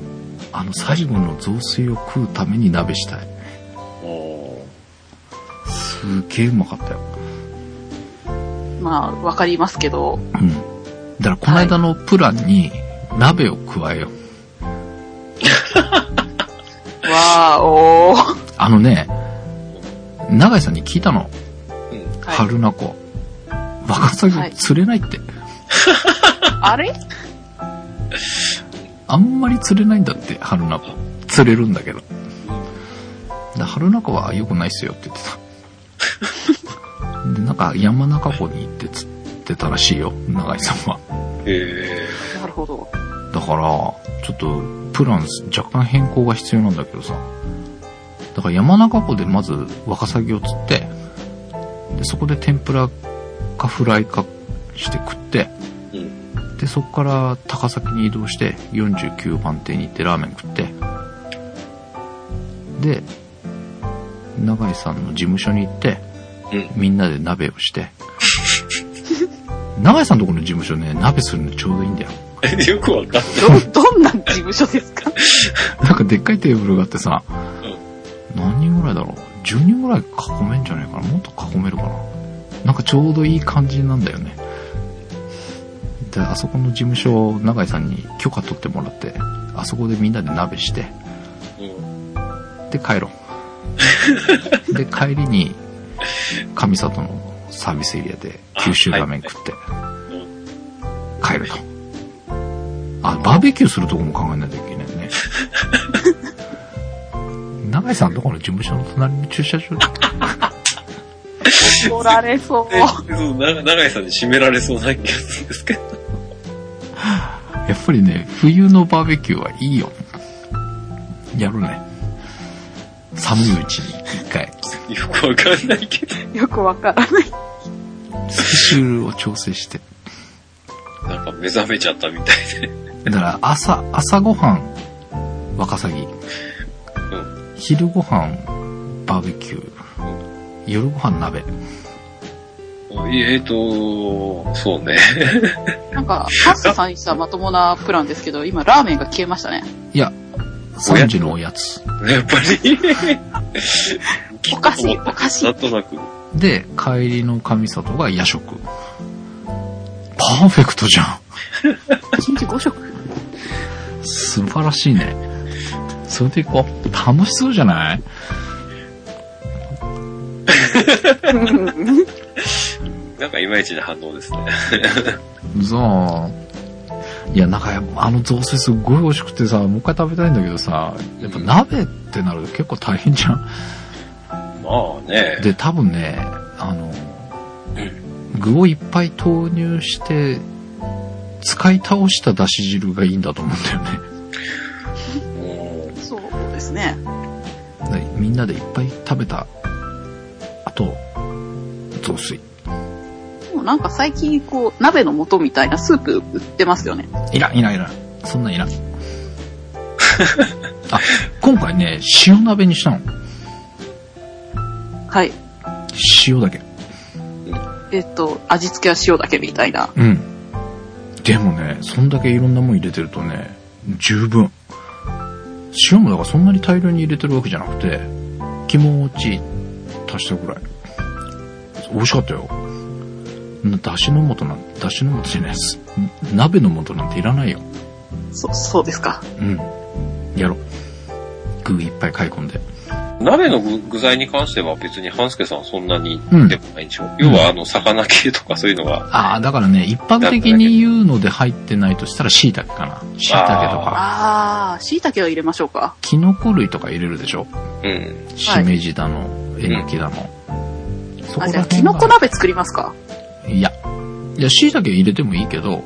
Speaker 2: あの最後の雑炊を食うために鍋したい。
Speaker 1: お
Speaker 2: すげえうまかったよ。
Speaker 3: まあ、わかりますけど。
Speaker 2: うん。だからこの間のプランに鍋を加えよう。
Speaker 3: わーおー。
Speaker 2: あのね、長井さんに聞いたの。
Speaker 1: うん。
Speaker 3: はい
Speaker 2: 春菜子。バカサギ釣れないって。
Speaker 3: あれ
Speaker 2: あんまり釣れないんだって、春菜子。釣れるんだけど。で春菜子は良くないっすよって言ってた。で、なんか山中湖に行って釣ってたらしいよ、長井さんは。
Speaker 1: へえ。
Speaker 3: なるほど。
Speaker 2: だから、ちょっと、プラン若干変更が必要なんだけどさ。だから山中湖でまずワカサギを釣って、で、そこで天ぷらかフライかして食って、
Speaker 1: うん。
Speaker 2: で、そこから高崎に移動して、49番店に行ってラーメン食って、で、永井さんの事務所に行って、
Speaker 1: うん
Speaker 2: みんなで鍋 をして、永井さんのところの事務所ね、鍋するのちょうどいいんだよ。
Speaker 1: えよくわかん
Speaker 3: ど、どんな事務所ですか
Speaker 2: なんかでっかいテーブルがあってさ、何人ぐらいだろう ?10 人ぐらい囲めんじゃないかなもっと囲めるかななんかちょうどいい感じなんだよね。で、あそこの事務所を永井さんに許可取ってもらって、あそこでみんなで鍋して、
Speaker 1: ない。うん。
Speaker 2: で帰ろう。で、帰りに、上里のサービスエリアで九州ラーメン食って、帰ると。あ、バーベキューするとこも考えないといけないね。 永井さんのところの事務所の隣の駐車場で
Speaker 3: 怒られそう。
Speaker 1: え、そう、な長井さんに締められそうな気がするんですけど。
Speaker 2: やっぱりね、冬のバーベキューはいいよ。やるね。寒いうちに一回、
Speaker 1: よくわかんないけど。
Speaker 3: よくわからない。
Speaker 2: スケジュールを調整して。
Speaker 1: なんか目覚めちゃったみたいで。
Speaker 2: だから朝、朝ごはん、ワカサギ。昼ごはん、バーベキュー。夜ごはん、鍋。
Speaker 1: うん。えっと、そうね。
Speaker 3: なんか、ハッサさんにしたまともなプランですけど、今、ラーメンが消えましたね。
Speaker 2: いや、3時のおやつ。
Speaker 1: やっぱり。
Speaker 3: おかしい、おかし。
Speaker 1: ないんとなく。
Speaker 2: で、帰りの神里が夜食。パーフェクトじゃん。
Speaker 3: 1日5食。
Speaker 2: 素晴らしいね。それでいこう。楽しそうじゃない
Speaker 1: なんかいまいちな反応ですね。
Speaker 2: そう。いや、なんかやっぱあの雑炊すごい美味しくてさ、もう一回食べたいんだけどさ、やっぱ鍋ってなると結構大変じゃん。
Speaker 1: まあね。
Speaker 2: で、多分ね、あの、具をいっぱい投入して、使い倒しただし汁がいいんだと思うんだよね
Speaker 1: うん
Speaker 3: そうですね。
Speaker 2: だから。みんなでいっぱい食べた後、雑炊。
Speaker 3: でもなんか最近、こう、鍋の素みたいなスープ売ってますよね。
Speaker 2: いらん、いらん、いらん。そんなんいらん。あ、今回ね、塩鍋にしたの。
Speaker 3: はい。
Speaker 2: 塩だけ。
Speaker 3: えっと、味付けは塩だけみたいな。
Speaker 2: うん。でもね、そんだけいろんなもん入れてるとね、十分。塩もだからそんなに大量に入れてるわけじゃなくて、気持ち足したぐらい。美味しかったよ。だしの素なん、だしの素じゃないです。ん鍋の素なんていらないよ。
Speaker 3: そ、そうですか。
Speaker 2: うん。やろう。具いっぱい買い込んで。
Speaker 1: 鍋の具具材に関しては別に半助さんそんなに
Speaker 2: うん
Speaker 1: でもないんでしょ、要はあの、魚系とかそういうのが、
Speaker 2: ああ、だからね、一般的に言うので入ってないとしたら椎茸かな。椎茸とか。
Speaker 3: あー、椎茸を入れましょうか。
Speaker 2: キノコ類とか入れるでしょ
Speaker 1: うん。
Speaker 2: しめじだの、えのきだの。そ
Speaker 3: あ、
Speaker 2: こ
Speaker 3: じゃ
Speaker 2: ら
Speaker 3: あ、キ
Speaker 2: 辺
Speaker 3: ノコ
Speaker 2: は。
Speaker 3: 鍋作りますか。
Speaker 2: いや。いや、椎茸入れてもいいけど、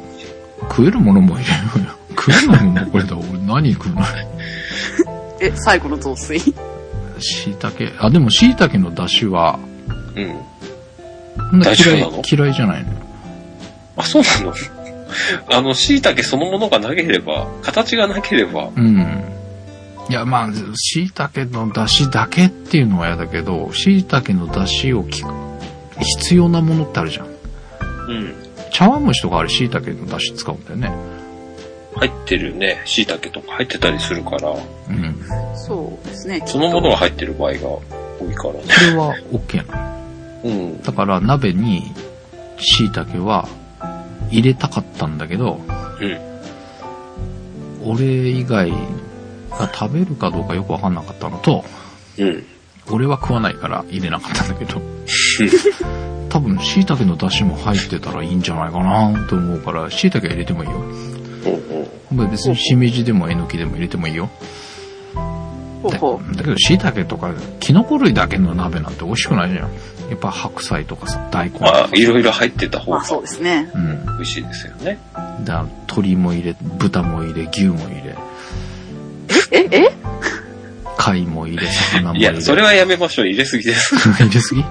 Speaker 2: 食えるものも入れようよ。 食えるものもこれだ。俺何食うの
Speaker 3: え、最後の雑炊。
Speaker 2: 椎茸。あ、でも椎茸の出汁は、
Speaker 1: うん。
Speaker 2: そんな嫌
Speaker 1: 大丈夫ないの、
Speaker 2: 嫌いじゃないのよ。
Speaker 1: あ、そうなの あの、椎茸そのものがなければ、形がなければ、
Speaker 2: うん。いや、まあ、椎茸の出汁だけっていうのは嫌だけど、椎茸の出汁を聞く、必要なものってあるじゃん。
Speaker 1: うん。
Speaker 2: 茶碗蒸しとかあれ椎茸の出汁使うんだよね。
Speaker 1: 入ってるね、椎茸とか入ってたりするから、
Speaker 2: うん。
Speaker 3: そうですね。
Speaker 1: そのものが入ってる場合が多いからね。
Speaker 2: それは OK なの。
Speaker 1: うん。
Speaker 2: だから鍋に椎茸は入れたかったんだけど、俺以外が食べるかどうかよくわかんなかったのと、
Speaker 1: うん。
Speaker 2: 俺は食わないから入れなかったんだけど、多分椎茸の出汁も入ってたらいいんじゃないかなと思うから、椎茸は入れてもいいよ。
Speaker 1: うんうん。
Speaker 2: まあ別にしめじでもえのきでも入れてもいいよ。
Speaker 3: ほう
Speaker 2: だ
Speaker 3: ほ
Speaker 2: だけど椎茸とかキノコ類だけの鍋なんて美味しくないじゃん。やっぱ白菜とかさ、大根と
Speaker 1: まあ
Speaker 2: か、。
Speaker 1: いろいろ入ってた
Speaker 3: う。
Speaker 1: 方
Speaker 3: ま
Speaker 1: が
Speaker 3: あ、そうですね。
Speaker 2: うん。
Speaker 1: 美味しいですよね。
Speaker 2: だ鶏も入れ豚も入れ牛も入れ
Speaker 3: え、え
Speaker 2: 貝も入れ魚も
Speaker 1: い
Speaker 2: 入れ
Speaker 1: や、それはやめましょう。入れすぎです。
Speaker 2: 入れ すぎ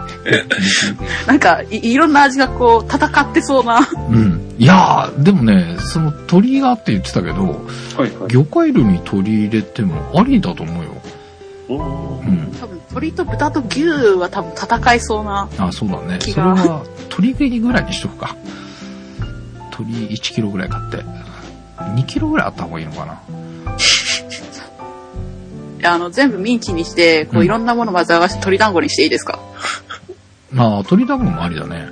Speaker 3: なんかい、いろんな味がこう、戦ってそうな。
Speaker 2: うんいやーでもねその鳥がって言ってたけど
Speaker 1: はいは。
Speaker 2: 魚介類に鳥入れてもありだと思うようん
Speaker 3: 多分、鳥と豚と牛は多分戦いそうな。
Speaker 2: あそうだねそ
Speaker 3: 気
Speaker 2: れ
Speaker 3: が
Speaker 2: は鳥食いぐらいにしとくか鳥1キロぐらい買って2キロぐらいあった方がいいのかな
Speaker 3: あの、全部ミンチにして、こ
Speaker 2: う
Speaker 3: う、
Speaker 2: ん
Speaker 3: いろんなもの混ぜ合わせて鳥団子にしていいですか
Speaker 2: まあ鳥団子もありだね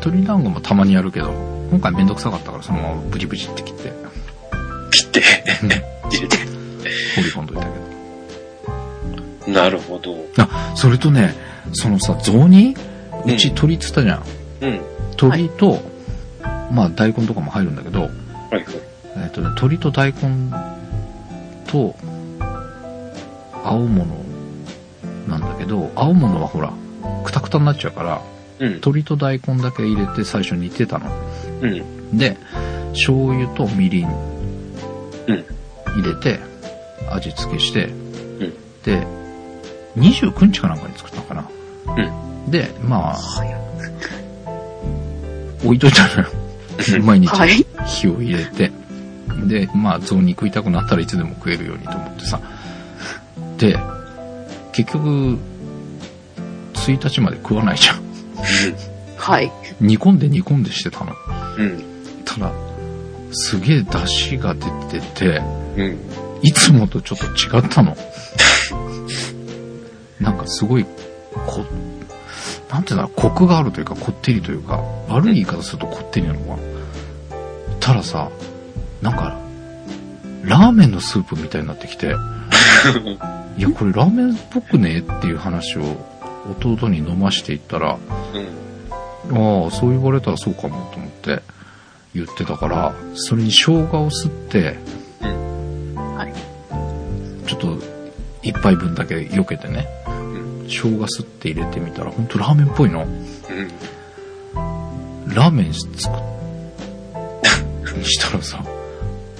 Speaker 2: 鳥団子もたまにやるけど今回めんどくさかったからそのままブチブチって切って
Speaker 1: 切って、 入れて。
Speaker 2: 放り込んどいたけど
Speaker 1: なるほど。
Speaker 2: それとね、そのさ、雑煮
Speaker 1: うん
Speaker 2: うち鳥っつったじゃん。
Speaker 1: うん。
Speaker 2: 鳥と、まあ大根とかも入るんだけど、
Speaker 1: はいはい。
Speaker 2: えっとね、鳥と大根と、青物なんだけど、青物はほら、くたくたになっちゃうから、
Speaker 1: うん。
Speaker 2: 鳥と大根だけ入れて最初煮てたの。
Speaker 1: うん。
Speaker 2: で、醤油とみりん
Speaker 1: うん
Speaker 2: 入れて、味付けして、
Speaker 1: ん
Speaker 2: で、29日かなんかに作ったのかな。で、まあ、置いといたのよ。毎日
Speaker 3: はい。
Speaker 2: 火を入れて。で、まあ、雑煮食いたくなったらいつでも食えるようにと思ってさ。で、結局、1日まで食わないじゃん。
Speaker 3: はい。
Speaker 2: 煮込んで煮込んでしてたの。
Speaker 1: うん。
Speaker 2: ただ、すげえ出汁が出てて、
Speaker 1: うん。
Speaker 2: いつもとちょっと違ったの。 なんかすごい、こ、なんていうんだろう、コクがあるというか、こってりというか、悪い言い方するとこってりなのかな。たださ、なんか、ラーメンのスープみたいになってきて、いや、これラーメンっぽくねっていう話を弟に飲ましていったら、
Speaker 1: うん。
Speaker 2: ああ、そう言われたらそうかもと思って言ってたから、それに生姜を吸って、
Speaker 1: う
Speaker 2: ちょっと一杯分だけ避けてね、
Speaker 1: ん
Speaker 2: 生姜吸って入れてみたら、ほんとラーメンっぽいの。
Speaker 1: うん。
Speaker 2: ラーメン作っしたらさ、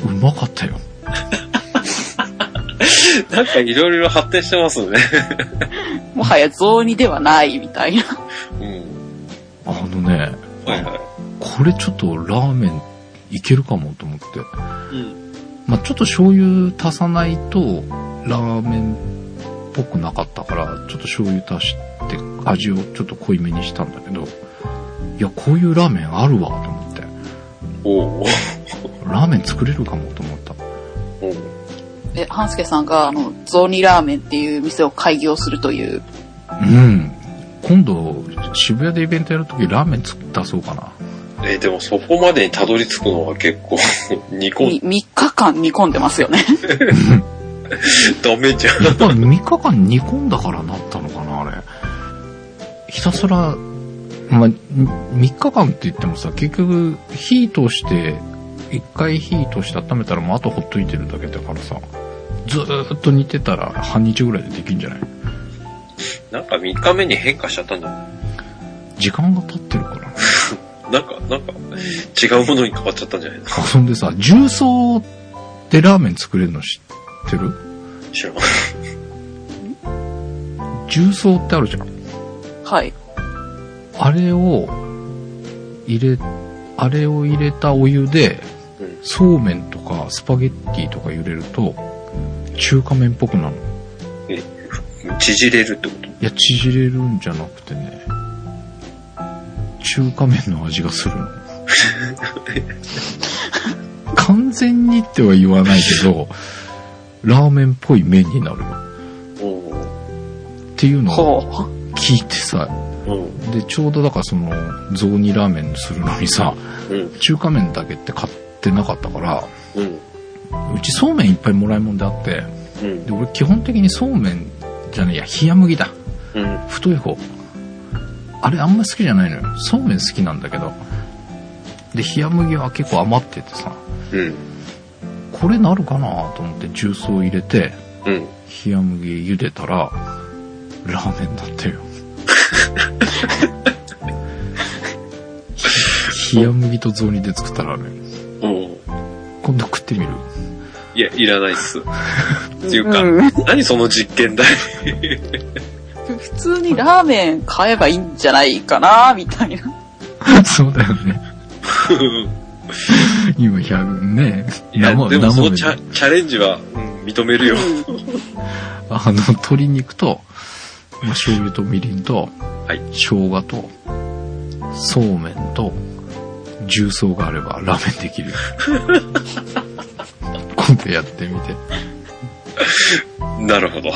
Speaker 2: うまかったよ。
Speaker 1: なんかいろいろ発展してますね。
Speaker 3: もはや雑煮ではないみたいな。
Speaker 1: うん。
Speaker 2: あのね、
Speaker 1: はいは
Speaker 2: これちょっとラーメンいけるかもと思って。
Speaker 1: い。うん。
Speaker 2: まあ、ちょっと醤油足さないとラーメンっぽくなかったから、ちょっと醤油足して味をちょっと濃いめにしたんだけど、いや、こういうラーメンあるわと思って、
Speaker 1: おー
Speaker 2: ラーメン作れるかもと思った。
Speaker 1: おー
Speaker 3: え、半助さんが、あの、雑煮ラーメンっていう店を開業するという。
Speaker 2: うん。今度、渋谷でイベントやるときラーメン作出そうかな。
Speaker 1: えーでもそこまでにたどり着くのは結構 煮込ん
Speaker 3: 3日間煮込んでますよね。
Speaker 1: ダメじゃん。
Speaker 2: やっぱ3日間煮込んだからなったのかな、あれ。ひたすら、まあ、3日間って言ってもさ、結局、火通して、一回火通して温めたらもうあとほっといてるだけだからさ、ずーっと煮てたら半日ぐらいでできんじゃない
Speaker 1: なんか3日目に変化しちゃったんじゃな
Speaker 2: 時間が経ってるか
Speaker 1: い
Speaker 2: ら。
Speaker 1: なんか、なんか、違うものに変わっちゃったんじゃないの
Speaker 2: あそんでさ、重曹でラーメン作れるの知ってる
Speaker 1: 知らん。
Speaker 2: 重曹ってあるじゃん。
Speaker 3: はい。
Speaker 2: あれを入れ、あれを入れたお湯で
Speaker 1: うん、
Speaker 2: そうめんとかスパゲッティとか揺れると、中華麺っぽくなるの。い
Speaker 1: 縮れるってこと
Speaker 2: や、縮れるんじゃなくてね、中華麺の味がす るの。完全にっては言わないけど、ラーメンっぽい麺になるっ
Speaker 1: おー
Speaker 2: ていうのを
Speaker 3: ほう。
Speaker 2: 聞いてさ、
Speaker 1: うん。
Speaker 2: で、ちょうどだからその、雑煮ラーメンするのにさ、
Speaker 1: うん。
Speaker 2: 中華麺だけって買ってなかったから、
Speaker 1: うん。
Speaker 2: うちそうめんいっぱいもらいもんであって、
Speaker 1: うん。
Speaker 2: で、俺基本的にそうめんじゃねえや、冷麦だ。
Speaker 1: うん。
Speaker 2: 太い方。あれあんま好きじゃないのよ。そうめん好きなんだけど。で、冷麦は結構余っててさ、
Speaker 1: うん。
Speaker 2: これなるかなと思って重曹入れて、
Speaker 1: うん。
Speaker 2: 冷麦茹でたら、ラーメンだったよ。 ひ冷麦と雑煮で作ったラーメン。
Speaker 1: うん。
Speaker 2: 今度食ってみる
Speaker 1: いや、いらないっす。っていうか、
Speaker 3: うん
Speaker 1: 何その実験だよ。
Speaker 3: 普通にラーメン買えばいいんじゃないかな、みたいな。
Speaker 2: そうだよね。今100ね。
Speaker 1: いや、
Speaker 2: 生
Speaker 1: でもその
Speaker 2: 生
Speaker 1: チャチャレンジは、うん認めるよ。
Speaker 2: あの、鶏肉と、まあ、醤油とみりんと、
Speaker 1: はい
Speaker 2: 生姜と、そうめんと、重曹があればラーメン できる。今度やってみて。
Speaker 1: なるほど。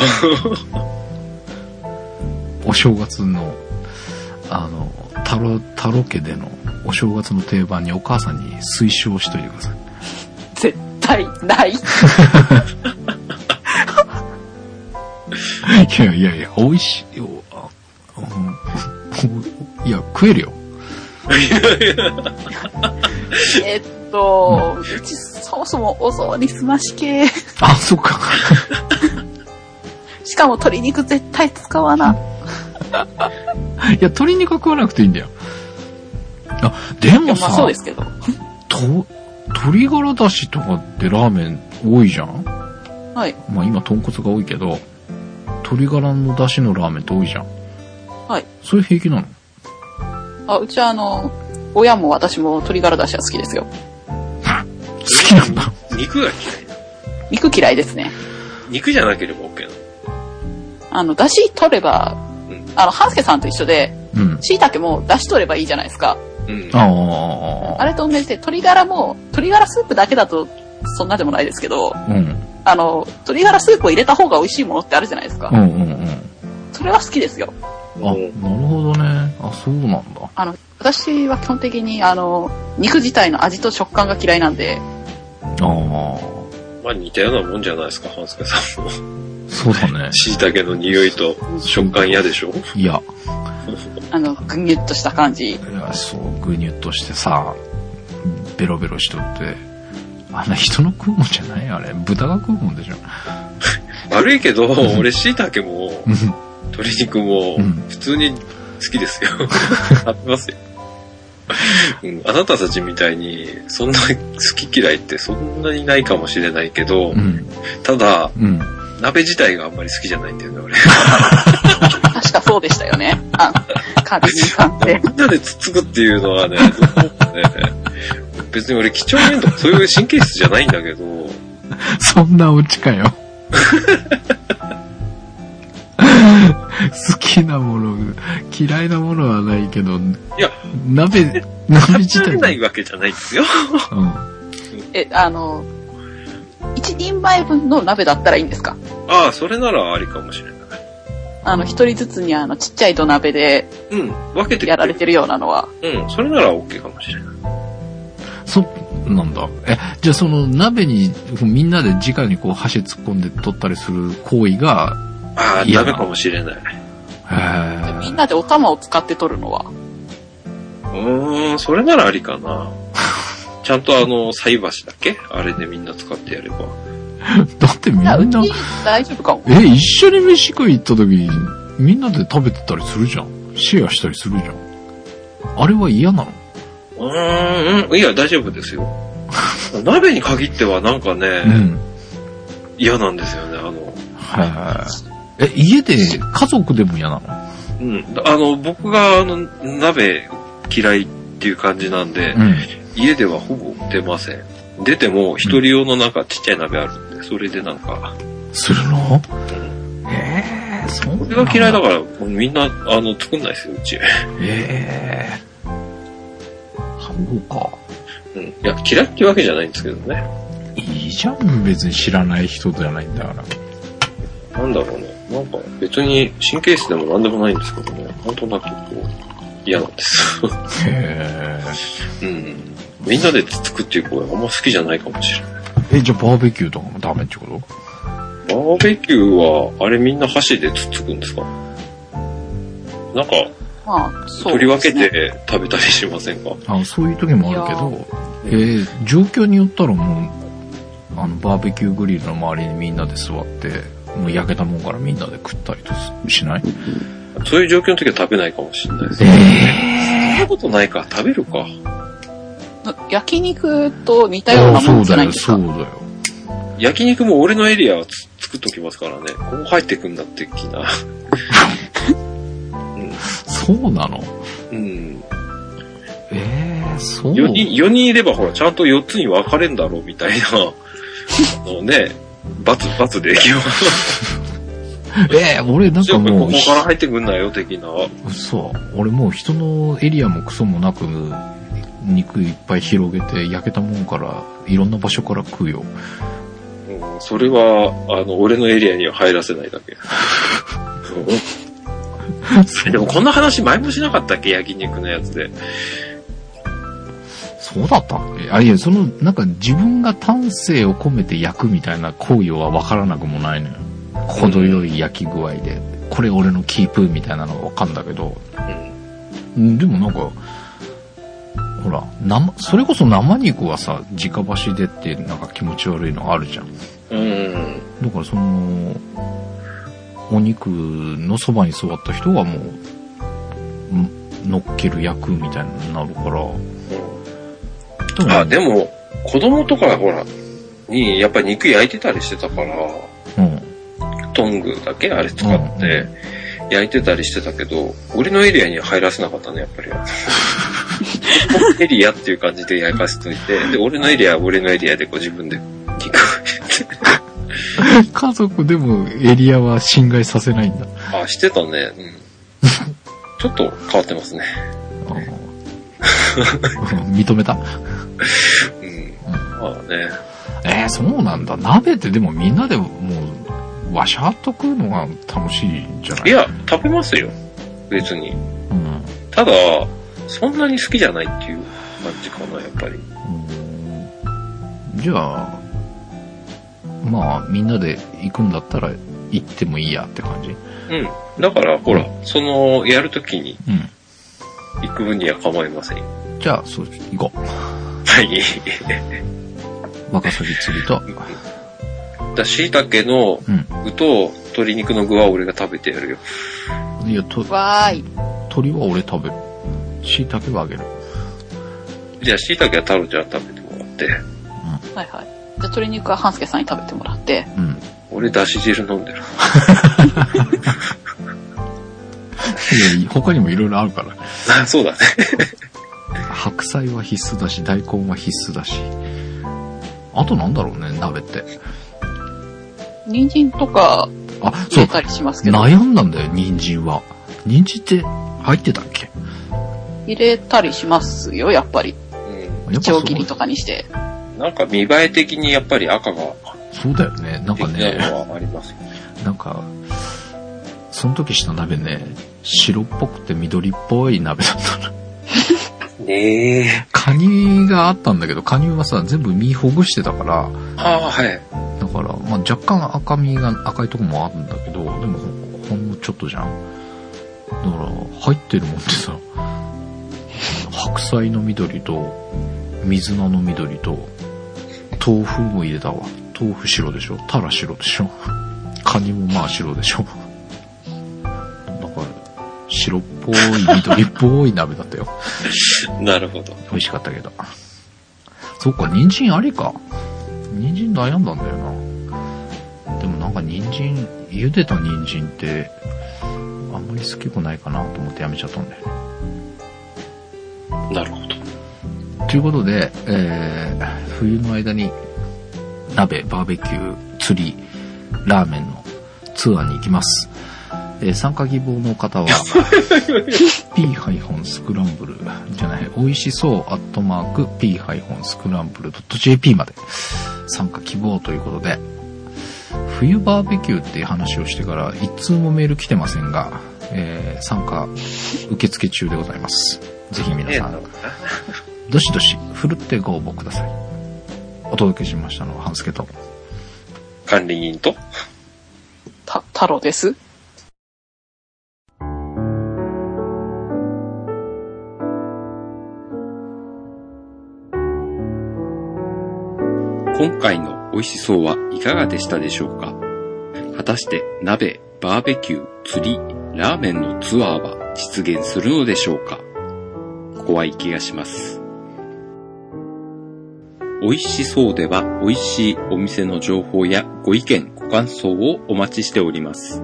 Speaker 2: お正月の、あの、タロ、タロ家でのお正月の定番にお母さんに推奨しといてく ださい。
Speaker 3: 絶対ない。
Speaker 2: いやいやいや、美味しいよ。あうん いや、食えるよ。
Speaker 3: えっと、うちそもそもお雑煮すまし系。
Speaker 2: あ、そっか。
Speaker 3: しかも鶏肉絶対使わな。
Speaker 2: いや、鶏肉は食わなくていいんだよ。あ、で
Speaker 3: いや
Speaker 2: も
Speaker 3: ま
Speaker 2: さ
Speaker 3: あ、そうですけど。
Speaker 2: と、鶏ガラだしとかってラーメン多いじゃん
Speaker 3: はい。
Speaker 2: まあ今豚骨が多いけど、鶏ガラのだしのラーメンって多いじゃん。
Speaker 3: はい。
Speaker 2: それ平気なの
Speaker 3: あ、うちはあの、親も私も鶏ガラだしは好きですよ。
Speaker 2: 好きなんだ。
Speaker 1: 肉が嫌いな。
Speaker 3: 肉嫌いですね。
Speaker 1: 肉じゃなければ OK な
Speaker 3: あの、だし取れば
Speaker 1: うん、
Speaker 3: あの、半助さんと一緒で、
Speaker 2: うん。
Speaker 3: 椎茸もだし取ればいいじゃないですか。
Speaker 1: の。
Speaker 2: あ
Speaker 3: あ
Speaker 2: あ。
Speaker 3: れと同じで、鶏ガラも、鶏ガラスープだけだと、そんなでもないですけど、
Speaker 2: うん。
Speaker 3: あの、鶏ガラスープを入れた方が美味しいものってあるじゃないですか
Speaker 2: う。んうんうん。
Speaker 3: それは好きですよ。
Speaker 1: う
Speaker 2: あ、
Speaker 1: ん。
Speaker 2: な
Speaker 1: う
Speaker 2: る
Speaker 1: ん
Speaker 2: ほどね。あ、そうなんだ。
Speaker 3: あの、私は基本的に、あの、肉自体の味と食感が嫌いなんで、
Speaker 2: ああ。
Speaker 1: まあ似たようなもんじゃないですか、半助 さんも。
Speaker 2: そうだ ね。
Speaker 1: 椎茸の匂いと食感嫌でしょ
Speaker 2: いや、
Speaker 3: あの、ぐにゅっとした感じ。
Speaker 2: いやそう、ぐにゅっとしてさ、ベロベロしとって。あんな人の食うもんじゃないあれ。豚が食うもんでしょ。
Speaker 1: 悪いけど、
Speaker 2: ん
Speaker 1: 俺椎茸も、
Speaker 2: う
Speaker 1: 鶏肉も
Speaker 2: うん、
Speaker 1: 普通に好きです よ。食べますよ。うん、あなたたちみたいに、そんな好き嫌いってそんなにないかもしれないけど、
Speaker 2: ん。
Speaker 1: ただ、
Speaker 2: うん。うん。
Speaker 1: 鍋自体があんまり好きじゃないんだよね、俺。
Speaker 3: 確かそうでしたよね。あ、管理人さんって。
Speaker 1: みんなでつつくっていうのは ね、どうもね別に俺、貴重面とかそういう神経質じゃないんだけど、
Speaker 2: そんなオチかよ。 好きなもの、嫌いなものはないけど、
Speaker 1: いや、
Speaker 2: 鍋、鍋自
Speaker 1: 食べ
Speaker 2: 体
Speaker 1: ないわけじゃないんですよ。
Speaker 2: うん。
Speaker 3: え、あの、一人前分の鍋だったらいいんですか
Speaker 1: ああ、それならありかもしれない。
Speaker 3: あの、一人ずつにあの、ちっちゃい土鍋で
Speaker 1: うん。分けて
Speaker 3: やられてるようなのは、
Speaker 1: うん。それなら OK かもしれない。
Speaker 2: そ、なんだ。え、じゃあその鍋にみんなで直にこう箸突っ込んで取ったりする行為が、
Speaker 1: ああ、
Speaker 2: いや
Speaker 1: ダメかもしれない。
Speaker 2: へー
Speaker 3: みんなでお玉を使って取るのは、
Speaker 1: うーん、それならありか な。ちゃんとあの、菜箸だっけあれでみんな使ってやれば。
Speaker 2: だってみん
Speaker 3: いや、
Speaker 2: な、
Speaker 3: うち大丈夫かも。
Speaker 2: え、一緒に飯食い行った時にみんなで食べてたりするじゃん。シェアしたりするじゃん。あれは嫌なの
Speaker 1: うーん、うんいや、大丈夫 ですよ。鍋に限ってはなんかね、
Speaker 2: うん。
Speaker 1: 嫌なんですよね。あの、
Speaker 2: はい。え、家で、家族でも嫌なの
Speaker 1: うん。あの、僕があの、鍋嫌いっていう感じなんで、
Speaker 2: うん。
Speaker 1: 家ではほぼ出ません。出ても、一人用のなんかちっちゃい鍋あるんで、それでなんか、
Speaker 2: するの
Speaker 1: うん。
Speaker 2: ええそ
Speaker 1: それが嫌いだか
Speaker 2: ら。
Speaker 1: ら、みんな、あの、作んないですよ、うち。
Speaker 2: ええそうか。
Speaker 1: うん。いや、嫌いってわけじゃないんですけどね。
Speaker 2: いいじゃん、別に知らない人じゃないんだから。
Speaker 1: なんだろうね。なんか別に神経質でもなんでもないんですけどね。なんとなくこう、嫌なんです。
Speaker 2: へ
Speaker 1: うん。みんなで作っていう声あんま好きじゃないかもしれない。
Speaker 2: え。え、じゃあバーベキューとかもダメってこと
Speaker 1: バーベキューは、あれみんな箸でつつくんですかなんか、
Speaker 3: まあ、そう、
Speaker 1: 取り分け。て食べたりしませんか
Speaker 2: あそういう時もあるけど、えー状況によったらもう、あの、バーベキューグリルの周りにみんなで座って、もう焼けたもんからみんなで食ったりとすしない
Speaker 1: そういう状況の時は食べないかもしれないです。そん
Speaker 2: え
Speaker 1: なことないか、食べるか。
Speaker 3: 焼肉と似たよう
Speaker 2: あ
Speaker 3: なも
Speaker 2: そ
Speaker 3: ん
Speaker 2: う
Speaker 3: じゃ
Speaker 2: だ
Speaker 3: ないん
Speaker 2: よ、
Speaker 3: です
Speaker 2: そ
Speaker 3: か
Speaker 2: うだよ。
Speaker 1: 焼肉も俺のエリアはつ作っときますからね。こう入ってくんだって気な。
Speaker 2: そうなの
Speaker 1: うん。
Speaker 2: えー、そう
Speaker 1: 4人、4人いればほら、ちゃんと4つに分かれんだろうみたいな、あのね、罰、罰で行き
Speaker 2: えー、俺な
Speaker 1: ま
Speaker 2: ん
Speaker 1: すよ。
Speaker 2: か
Speaker 1: こ
Speaker 2: も
Speaker 1: こ
Speaker 2: う、
Speaker 1: から入ってくんなよ、的な。
Speaker 2: 嘘。俺もう人のエリアもクソもなく、肉いっぱい広げて焼けたもんから、いろんな場所から食う よ。
Speaker 1: うん、それは、あの、俺のエリアには入らせないだけ。うん でもこんな話前もしなかったっけ焼肉のやつで。
Speaker 2: そうだったっけあ、いや、その、なんか自分が丹精を込めて焼くみたいな行為は分からなくもないのよ。程よい焼き具合で、これ俺のキープみたいなのが分かんだけど、
Speaker 1: うん。
Speaker 2: うんでもなんか、ほら、生、それこそ生肉はさ、直箸でってなんか気持ち悪いのあるじゃん。
Speaker 1: うん。
Speaker 2: だからその、お肉のそばに座った人がもう、ん乗っける焼くみたいになるから、多分
Speaker 1: あ、でも、子供とかほら、に、やっぱり肉焼いてたりしてたから、
Speaker 2: うん。
Speaker 1: トングだけあれ使って、焼いてたりしてたけど、俺のエリアには入らせなかったね、やっぱり。エリアっていう感じで焼かせといて、で、俺のエリアは俺のエリアでこう自分で肉
Speaker 2: 家族でもエリアは侵害させない んだ。
Speaker 1: あ、してたね。うん。ちょっと変わってますね。
Speaker 2: 認めた
Speaker 1: うん。まあね。
Speaker 2: えー、そうなんだ。鍋ってでもみんなでもう、わしゃっと食うのが楽しいんじゃない
Speaker 1: い、や、食べますよ。別に。
Speaker 2: うん、
Speaker 1: ただ、そんなに好きじゃないっていう感じかな、やっぱり。
Speaker 2: じゃあ、まあみんなで行くんだったら行ってもいいやって感じ。うん。
Speaker 1: うん。だから、ほら、その、やるときに行く分には構いませんよ。
Speaker 2: じゃあ、そう、行こう。
Speaker 1: はい。
Speaker 2: ワカサギ釣りと。
Speaker 1: だ、椎茸の
Speaker 2: うん。
Speaker 1: 具と鶏肉の具は俺が食べてやるよ。
Speaker 2: いや、と、
Speaker 3: わーい。
Speaker 2: 鳥は俺食べる。椎茸はあげる。
Speaker 1: じゃあ、椎茸は太郎ちゃん食べてもらって、
Speaker 3: はいはい。じゃあ鶏肉は半助さんに食べてもらって、
Speaker 2: うん。
Speaker 1: 俺、だし汁飲んでる。
Speaker 2: いや他にもいろいろあるから。
Speaker 1: あ、そうだね。
Speaker 2: 白菜は必須だし、大根は必須だし。あとなんだろうね、鍋って。
Speaker 3: 人参とか
Speaker 2: あ、
Speaker 3: 入
Speaker 2: そ
Speaker 3: れ
Speaker 2: う、
Speaker 3: たりしますけど、
Speaker 2: 悩んだんだよ、人参は。人参って入ってたっけ
Speaker 3: 入れたりしますよ、やっぱり。
Speaker 1: う
Speaker 2: やっぱそ
Speaker 3: 長
Speaker 2: う
Speaker 3: 切りとかにして。
Speaker 1: ん。なんか、見栄え的にやっぱり赤が
Speaker 2: そうだよね。なん
Speaker 1: で
Speaker 2: か
Speaker 1: きない
Speaker 2: ね、
Speaker 1: のはありますよね。
Speaker 2: なんか、その時した鍋ね、白っぽくて緑っぽい鍋だったの。
Speaker 5: ねえ。
Speaker 2: カニがあったんだけど、カニはさ、全部身ほぐしてたから、
Speaker 5: ああ、はい。
Speaker 2: だから、まあ、若干赤みが、赤いとこもあるんだけど、でもほ、ほんのちょっとじゃん。だから、入ってるもんってさ、白菜の緑と、水菜の緑と、豆腐も入れたわ。豆腐白でしょタラ白でしょカニもまあ白でしょなんか、白っぽい、緑っぽい鍋だったよ。
Speaker 5: なるほど。
Speaker 2: 美味しかったけど。そっか、人参ありか。人参悩んだんだよな。でもなんか人参、茹でた人参って、あんまり好きくないかなと思ってやめちゃったんだよね。
Speaker 5: なるほど。
Speaker 2: ということで、えー、冬の間に、鍋、バーベキュー、釣り、ラーメンのツアーに行きます。えー参加希望の方は、p-scramble じゃない、美味しそう、アットマーク、p-scramble.jp まで参加希望ということで、冬バーベキューっていう話をしてから、一通もメール来てませんが、えー参加受付中でございます。ぜひ皆さん、どしどし、ふるってご応募ください。お届けしましたのは、半助と。
Speaker 5: 管理人と
Speaker 3: た、太郎です。
Speaker 1: 今回の美味しそうはいかがでしたでしょうか果たして鍋、バーベキュー、釣り、ラーメンのツアーは実現するのでしょうか怖い気がします。美味しそうでは美味しいお店の情報やご意見、ご感想をお待ちしております。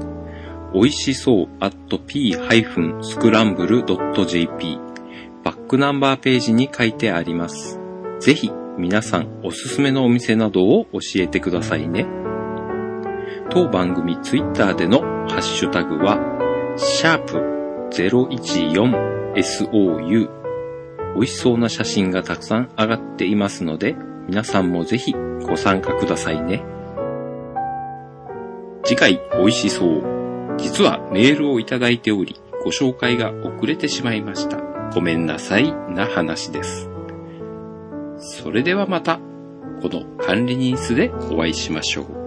Speaker 1: 美味しそう at p-scramble.jp バックナンバーページに書いてあります。ぜひ皆さんおすすめのお店などを教えてくださいね。当番組ツイッターでのハッシュタグは、シャープ 014SOU。美味しそうな写真がたくさん上がっていますので、皆さんもぜひご参加くださいね。次回、美味しそう。実はメールをいただいており、ご紹介が遅れてしまいました。ごめんなさいな話です。それではまた、この管理人室でお会いしましょう。